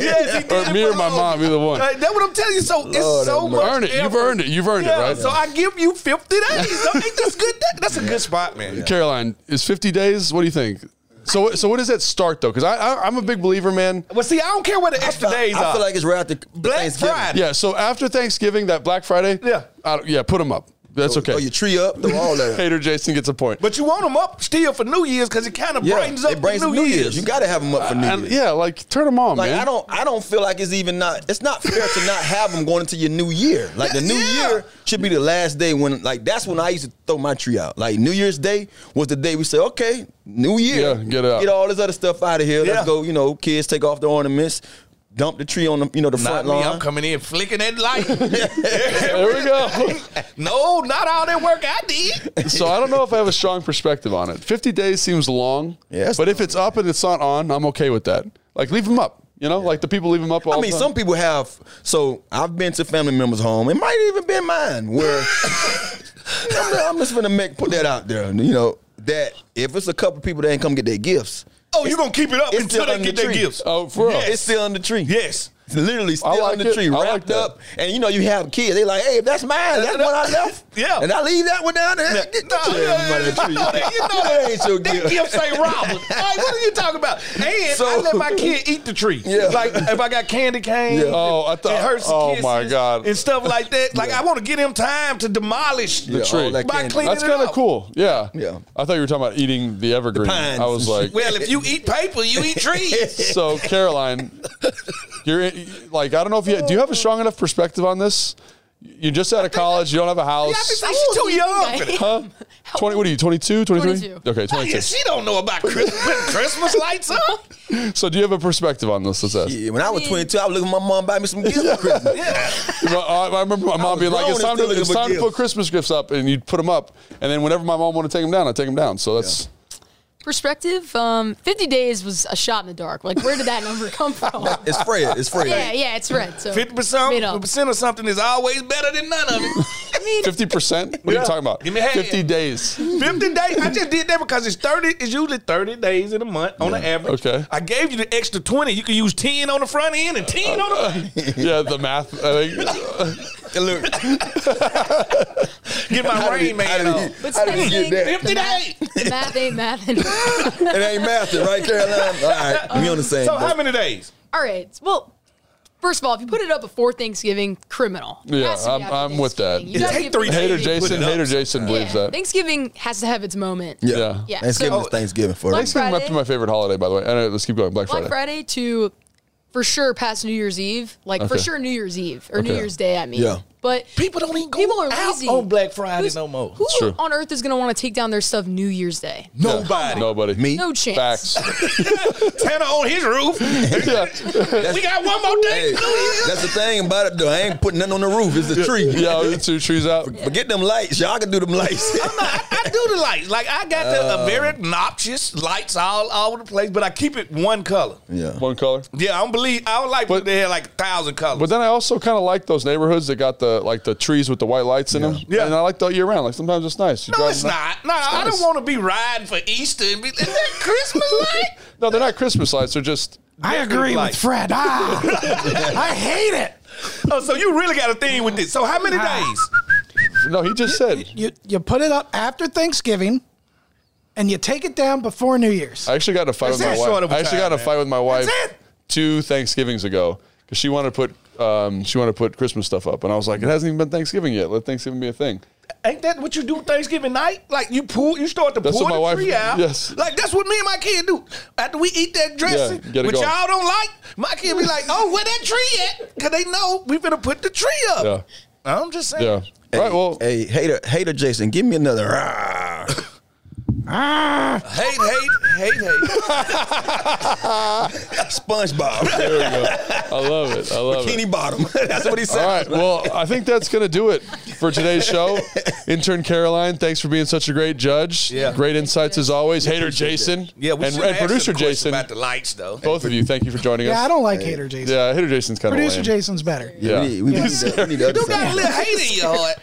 Speaker 2: Yes, he did
Speaker 1: Or
Speaker 2: it
Speaker 1: me
Speaker 2: for
Speaker 1: or my
Speaker 2: all.
Speaker 1: mom, either one.
Speaker 2: Like, that's what I'm telling you. So
Speaker 3: Lord
Speaker 2: it's so
Speaker 3: have
Speaker 2: much.
Speaker 1: Earn it. You've
Speaker 2: effort.
Speaker 1: earned it. You've earned
Speaker 2: Yeah,
Speaker 1: it, right?
Speaker 2: So I give you 50 days. I think that's good. That's a good spot, man.
Speaker 1: Caroline, is 50 days? What do you think? So, so what does that start though? Because I, I, I'm a big believer, man.
Speaker 2: Well, see, I don't care where the extra days
Speaker 3: I
Speaker 2: are.
Speaker 3: feel like it's right after
Speaker 2: Black
Speaker 3: Thanksgiving.
Speaker 2: Friday.
Speaker 1: Yeah. So after Thanksgiving, that Black Friday.
Speaker 2: Yeah.
Speaker 1: I don't- yeah. Put them up. That's okay.
Speaker 3: Throw your tree up, throw all that.
Speaker 1: Hater Jason gets a point.
Speaker 2: but you want them up still for New Year's because it kind of
Speaker 3: Yeah,
Speaker 2: brightens up
Speaker 3: it brings
Speaker 2: the New, Year's.
Speaker 3: You got to have them up for New
Speaker 1: And,
Speaker 3: Year's.
Speaker 1: yeah, like turn them on,
Speaker 3: Like
Speaker 1: man.
Speaker 3: I don't, I don't feel like it's even not. It's not fair to not have them going into your new year. Like the new
Speaker 2: Yeah.
Speaker 3: year should be the last day when, like that's when I used to throw my tree out. Like New Year's Day was the day we said, okay, new year,
Speaker 1: Yeah, get it out.
Speaker 3: get all this other stuff out of here.
Speaker 2: Yeah.
Speaker 3: Let's go. You know, kids take off their ornaments, dump the tree on the, you know, the
Speaker 2: not
Speaker 3: front
Speaker 2: me.
Speaker 3: lawn.
Speaker 2: I'm coming in flicking that light.
Speaker 1: There we go.
Speaker 2: no, not all that work I did.
Speaker 1: so I don't know if I have a strong perspective on it. 50 days seems long.
Speaker 3: Yeah, that's
Speaker 1: But if it's up and it's not on, I'm okay with that. Like leave them up. You know, like the people leave them up all
Speaker 3: I
Speaker 1: the
Speaker 3: mean,
Speaker 1: time.
Speaker 3: some people have. So I've been to family members' home. It might even been mine where I'm, I'm just gonna make put that out there. You know that if it's a couple people that ain't come get their gifts.
Speaker 2: Oh, you going to keep it up
Speaker 3: It's
Speaker 2: until
Speaker 3: still
Speaker 2: they
Speaker 3: under
Speaker 2: get
Speaker 3: the
Speaker 2: their
Speaker 3: tree.
Speaker 2: gifts.
Speaker 1: Oh, for real.
Speaker 3: It's still on the tree.
Speaker 2: Yes.
Speaker 3: It's literally still
Speaker 1: I like
Speaker 3: on the
Speaker 1: it.
Speaker 3: tree,
Speaker 1: I like
Speaker 3: wrapped
Speaker 1: that.
Speaker 3: up. And you know, you have kids. They like, hey, if that's mine, that's what I left.
Speaker 2: Yeah.
Speaker 3: And I leave that one down there.
Speaker 2: No,
Speaker 3: Get, get
Speaker 2: no,
Speaker 3: your ass
Speaker 2: yeah,
Speaker 3: out of the
Speaker 2: yeah,
Speaker 3: tree.
Speaker 2: you know that. You know
Speaker 3: that ain't your
Speaker 2: That
Speaker 3: gift.
Speaker 2: gift ain't robbers. Like, what are you talking about? And I
Speaker 3: So-
Speaker 2: let my kid eat the tree.
Speaker 3: Yeah.
Speaker 2: Like, if I got candy cane,
Speaker 3: Yeah.
Speaker 1: Oh, I thought-
Speaker 2: and Hershey's
Speaker 1: oh, my
Speaker 2: Kisses
Speaker 1: God.
Speaker 2: and stuff like that. Like, I want to give him time to demolish
Speaker 3: Yeah,
Speaker 2: the
Speaker 1: tree.
Speaker 3: all that
Speaker 2: by
Speaker 3: candy.
Speaker 2: cleaning
Speaker 1: That's
Speaker 2: it
Speaker 1: kind of
Speaker 2: up.
Speaker 1: cool. Yeah.
Speaker 3: Yeah.
Speaker 1: I thought you were talking about eating the evergreen.
Speaker 3: pines
Speaker 1: I was
Speaker 3: and
Speaker 1: like,
Speaker 3: shit.
Speaker 2: Well, if you eat paper, you eat trees.
Speaker 1: so Caroline, you're like I don't know if you do you have a strong enough perspective on this. You're just out of college. You don't have a house.
Speaker 2: I think she's too young for that.
Speaker 1: Huh? 20, what are you, 22, 23?
Speaker 5: 22.
Speaker 1: Okay,
Speaker 2: Yeah,
Speaker 1: 22.
Speaker 2: she don't know about Christmas, putting Christmas lights up.
Speaker 1: So do you have a perspective on this? Let's ask.
Speaker 3: Yeah, when I was 22, I was looking for my mom buy me some gifts for Christmas.
Speaker 1: Well, I I remember my mom
Speaker 3: was
Speaker 1: being like,
Speaker 3: grown
Speaker 1: "It's
Speaker 3: and
Speaker 1: time to
Speaker 3: still looking
Speaker 1: it's
Speaker 3: for
Speaker 1: time to put
Speaker 3: gifts.
Speaker 1: Christmas gifts up," and you'd put them up, and then whenever my mom wanted to take them down, I would take them down. So that's
Speaker 5: Perspective. Um, 50 days was a shot in the dark. Like, where did that number come from?
Speaker 3: It's Fred. It's Fred.
Speaker 5: yeah, yeah, it's red. So
Speaker 2: Fifty
Speaker 5: made up.
Speaker 2: percent, percent or something is always better than none of it. I mean,
Speaker 1: fifty percent. What are
Speaker 2: Yeah.
Speaker 1: you talking about?
Speaker 2: Give me a hand.
Speaker 1: Fifty days.
Speaker 2: fifty days. I just did that because it's thirty. It's usually thirty days in a month on the average.
Speaker 1: Okay.
Speaker 2: I gave you the extra twenty. You can use ten on the front end and ten on the.
Speaker 1: yeah, the math. I think.
Speaker 3: And look,
Speaker 2: Get my
Speaker 3: how did
Speaker 2: rain
Speaker 3: he- how
Speaker 2: man
Speaker 3: did
Speaker 2: on.
Speaker 3: he-
Speaker 5: But
Speaker 3: how did he
Speaker 5: same
Speaker 3: get
Speaker 5: thing.
Speaker 3: that?
Speaker 2: Fifty days.
Speaker 5: The math ain't math. anymore.
Speaker 3: It ain't math, right, Caroline? All right, we on the same.
Speaker 2: So how
Speaker 3: boat.
Speaker 2: many days?
Speaker 5: all right. Well, first of all, if you put it up before Thanksgiving, criminal. It
Speaker 1: Yeah,
Speaker 5: has to be
Speaker 1: I'm-
Speaker 5: after
Speaker 1: I'm with that.
Speaker 5: Thanksgiving. You
Speaker 2: It
Speaker 5: gotta
Speaker 2: take
Speaker 5: give
Speaker 2: three
Speaker 5: Thanksgiving-
Speaker 1: Hater
Speaker 2: days. Put
Speaker 1: Jason.
Speaker 2: it up.
Speaker 1: Hater Jason
Speaker 5: Yeah,
Speaker 1: believes that.
Speaker 5: Thanksgiving has to have its moment.
Speaker 3: Yeah.
Speaker 1: Yeah.
Speaker 5: Yeah,
Speaker 3: Thanksgiving
Speaker 5: so-
Speaker 3: is Thanksgiving for us.
Speaker 1: Thanksgiving might be
Speaker 5: Friday.
Speaker 1: my favorite holiday, by the way. And let's keep going. Black Friday.
Speaker 5: Black Friday to for sure past New Year's Eve, like for
Speaker 1: Okay.
Speaker 5: sure New Year's Eve or New
Speaker 1: Okay.
Speaker 5: Year's Day. I mean,
Speaker 3: Yeah.
Speaker 5: But
Speaker 2: People don't even go
Speaker 5: people are
Speaker 2: out
Speaker 5: lazy
Speaker 2: on Black Friday
Speaker 5: Who's-
Speaker 2: no more.
Speaker 5: Who
Speaker 1: true.
Speaker 5: on earth is gonna want to take down their stuff New Year's Day?
Speaker 3: Nobody.
Speaker 1: Nobody.
Speaker 3: Me.
Speaker 5: No chance.
Speaker 1: Facts.
Speaker 2: Tanner on his roof.
Speaker 1: yeah.
Speaker 2: we got one more day.
Speaker 3: Hey,
Speaker 2: to do it.
Speaker 3: that's the thing about it though. I ain't putting nothing on the roof. It's the tree.
Speaker 1: Yeah. the Two trees out.
Speaker 3: But get them lights, y'all can do them lights.
Speaker 2: I, I do the lights. Like I got the uh, very obnoxious lights all, all over the place, but I keep it one color.
Speaker 3: yeah.
Speaker 1: One color.
Speaker 2: Yeah, I don't believe I don't like but, they had like a thousand colors.
Speaker 1: But then I also kind of like those neighborhoods that got the like the trees with the white lights in them.
Speaker 2: Yeah.
Speaker 1: And I like the year round. Like sometimes it's nice. You
Speaker 2: no,
Speaker 1: drive
Speaker 2: it's
Speaker 1: them-
Speaker 2: not. No, I
Speaker 1: nice.
Speaker 2: don't want to be riding for Easter and be is that Christmas light?
Speaker 1: No, they're not Christmas lights. They're just
Speaker 4: I agree
Speaker 2: Like-
Speaker 4: with Fred. Ah, I hate it.
Speaker 2: Oh, so you really got a thing with this. So how many days?
Speaker 1: no. He just said.
Speaker 4: You you put it up after Thanksgiving, and you take it down before New Year's.
Speaker 1: I actually got in a fight
Speaker 2: That's
Speaker 1: with my
Speaker 2: it. Short
Speaker 1: wife.
Speaker 2: of a
Speaker 1: I actually
Speaker 2: time,
Speaker 1: got in a
Speaker 2: man.
Speaker 1: fight with my wife
Speaker 2: That's it.
Speaker 1: two Thanksgivings ago because she wanted to put um, she wanted to put Christmas stuff up, and I was like, it hasn't even been Thanksgiving yet. Let Thanksgiving be a thing.
Speaker 2: Ain't that what you do Thanksgiving night? Like you pull, you start to
Speaker 1: That's
Speaker 2: pull
Speaker 1: what my
Speaker 2: the
Speaker 1: wife-
Speaker 2: tree out.
Speaker 1: yes.
Speaker 2: Like that's what me and my kid do. After we eat that dressing,
Speaker 1: Yeah, get it
Speaker 2: which
Speaker 1: going.
Speaker 2: y'all don't like, my kid be like, "Oh, where that tree at?" Because they know we finna put the tree up.
Speaker 1: Yeah,
Speaker 2: I'm just saying.
Speaker 1: yeah. All right. Well,
Speaker 3: hey, hater, hater, Jason, give me another. ah. rah.
Speaker 1: Ah.
Speaker 2: Hate, hate, hate, hate.
Speaker 3: SpongeBob,
Speaker 1: there we go. I love it. I love it.
Speaker 3: Bikini Bottom. that's what he
Speaker 1: All
Speaker 3: said.
Speaker 1: right. Well, I think that's going to do it for today's show. Intern Caroline, thanks for being such a great judge.
Speaker 2: Yeah.
Speaker 1: Great insights as always. Hater Jason.
Speaker 2: Yeah, we
Speaker 1: and,
Speaker 2: should
Speaker 1: and
Speaker 2: ask them
Speaker 1: producer
Speaker 2: a question
Speaker 1: Jason.
Speaker 2: about the lights though.
Speaker 1: Both of you, thank you for joining
Speaker 4: Yeah, I
Speaker 1: us.
Speaker 4: don't like hater Jason.
Speaker 1: yeah, Hater Jason's kind of
Speaker 4: Producer Jason's better.
Speaker 1: Yeah.
Speaker 3: We need, we need, that- we need the other
Speaker 2: You got a
Speaker 3: side.
Speaker 2: little hate in your heart.
Speaker 4: Uh,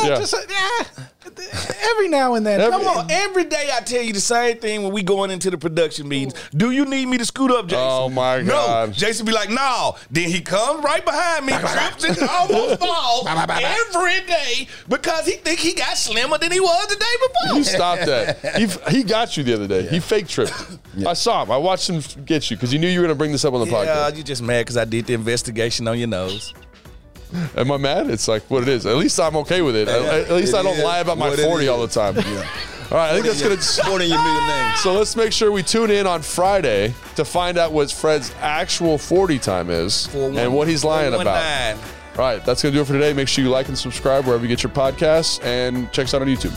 Speaker 1: Yeah.
Speaker 4: just, uh, yeah, every now and then.
Speaker 1: Every-
Speaker 4: come on.
Speaker 2: Every day I tell you the same thing when we going into the production meetings. Do you need me to scoot up, Jason?
Speaker 1: Oh, my
Speaker 2: No.
Speaker 1: God.
Speaker 2: Jason be like, no. Then he comes right behind me, trips and almost falls every day because he think he got slimmer than he was the day
Speaker 1: You
Speaker 2: before.
Speaker 1: stopped that. He, f- he got you the other day. He fake tripped. I saw him. I watched him f- get you because he knew you were going to bring this up on the
Speaker 2: Yeah,
Speaker 1: podcast.
Speaker 2: you just mad because I did the investigation on your nose.
Speaker 1: Am I mad? It's like what it is. At least I'm okay with it. At, at least
Speaker 3: It
Speaker 1: I don't
Speaker 3: is
Speaker 1: lie about my
Speaker 3: what it
Speaker 1: 40 all the
Speaker 3: is.
Speaker 1: time. All right, I think that's
Speaker 3: Yeah.
Speaker 1: going to.
Speaker 3: More than your middle name.
Speaker 1: So let's make sure we tune in on Friday to find out what Fred's actual 40 time is and what he's lying about.
Speaker 2: 419.
Speaker 1: All right, that's going to do it for today. Make sure you like and subscribe wherever you get your podcasts and check us out on YouTube.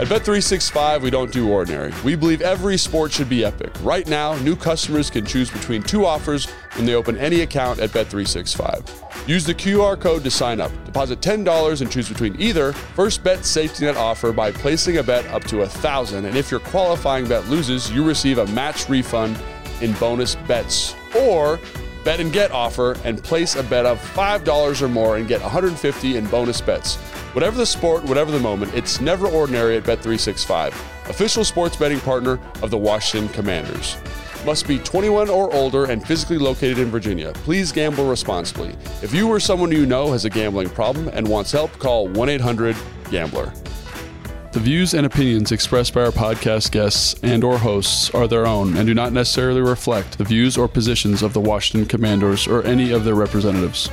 Speaker 1: At Bet365, we don't do ordinary. We believe every sport should be epic. Right now, new customers can choose between two offers when they open any account at Bet365. Use the QR code to sign up. Deposit $10 and choose between either first bet safety net offer by placing a bet up to 1000 and if your qualifying bet loses, you receive a match refund in bonus bets. Or bet and get offer and place a bet of $5 or more and get 150 in bonus bets. Whatever the sport, whatever the moment, it's never ordinary at Bet365, official sports betting partner of the Washington Commanders. Must be 21 or older and physically located in Virginia. Please gamble responsibly. If you or someone you know has a gambling problem and wants help, call 1 800 GAMBLER. The views and opinions expressed by our podcast guests and or hosts are their own and do not necessarily reflect the views or positions of the Washington Commanders or any of their representatives.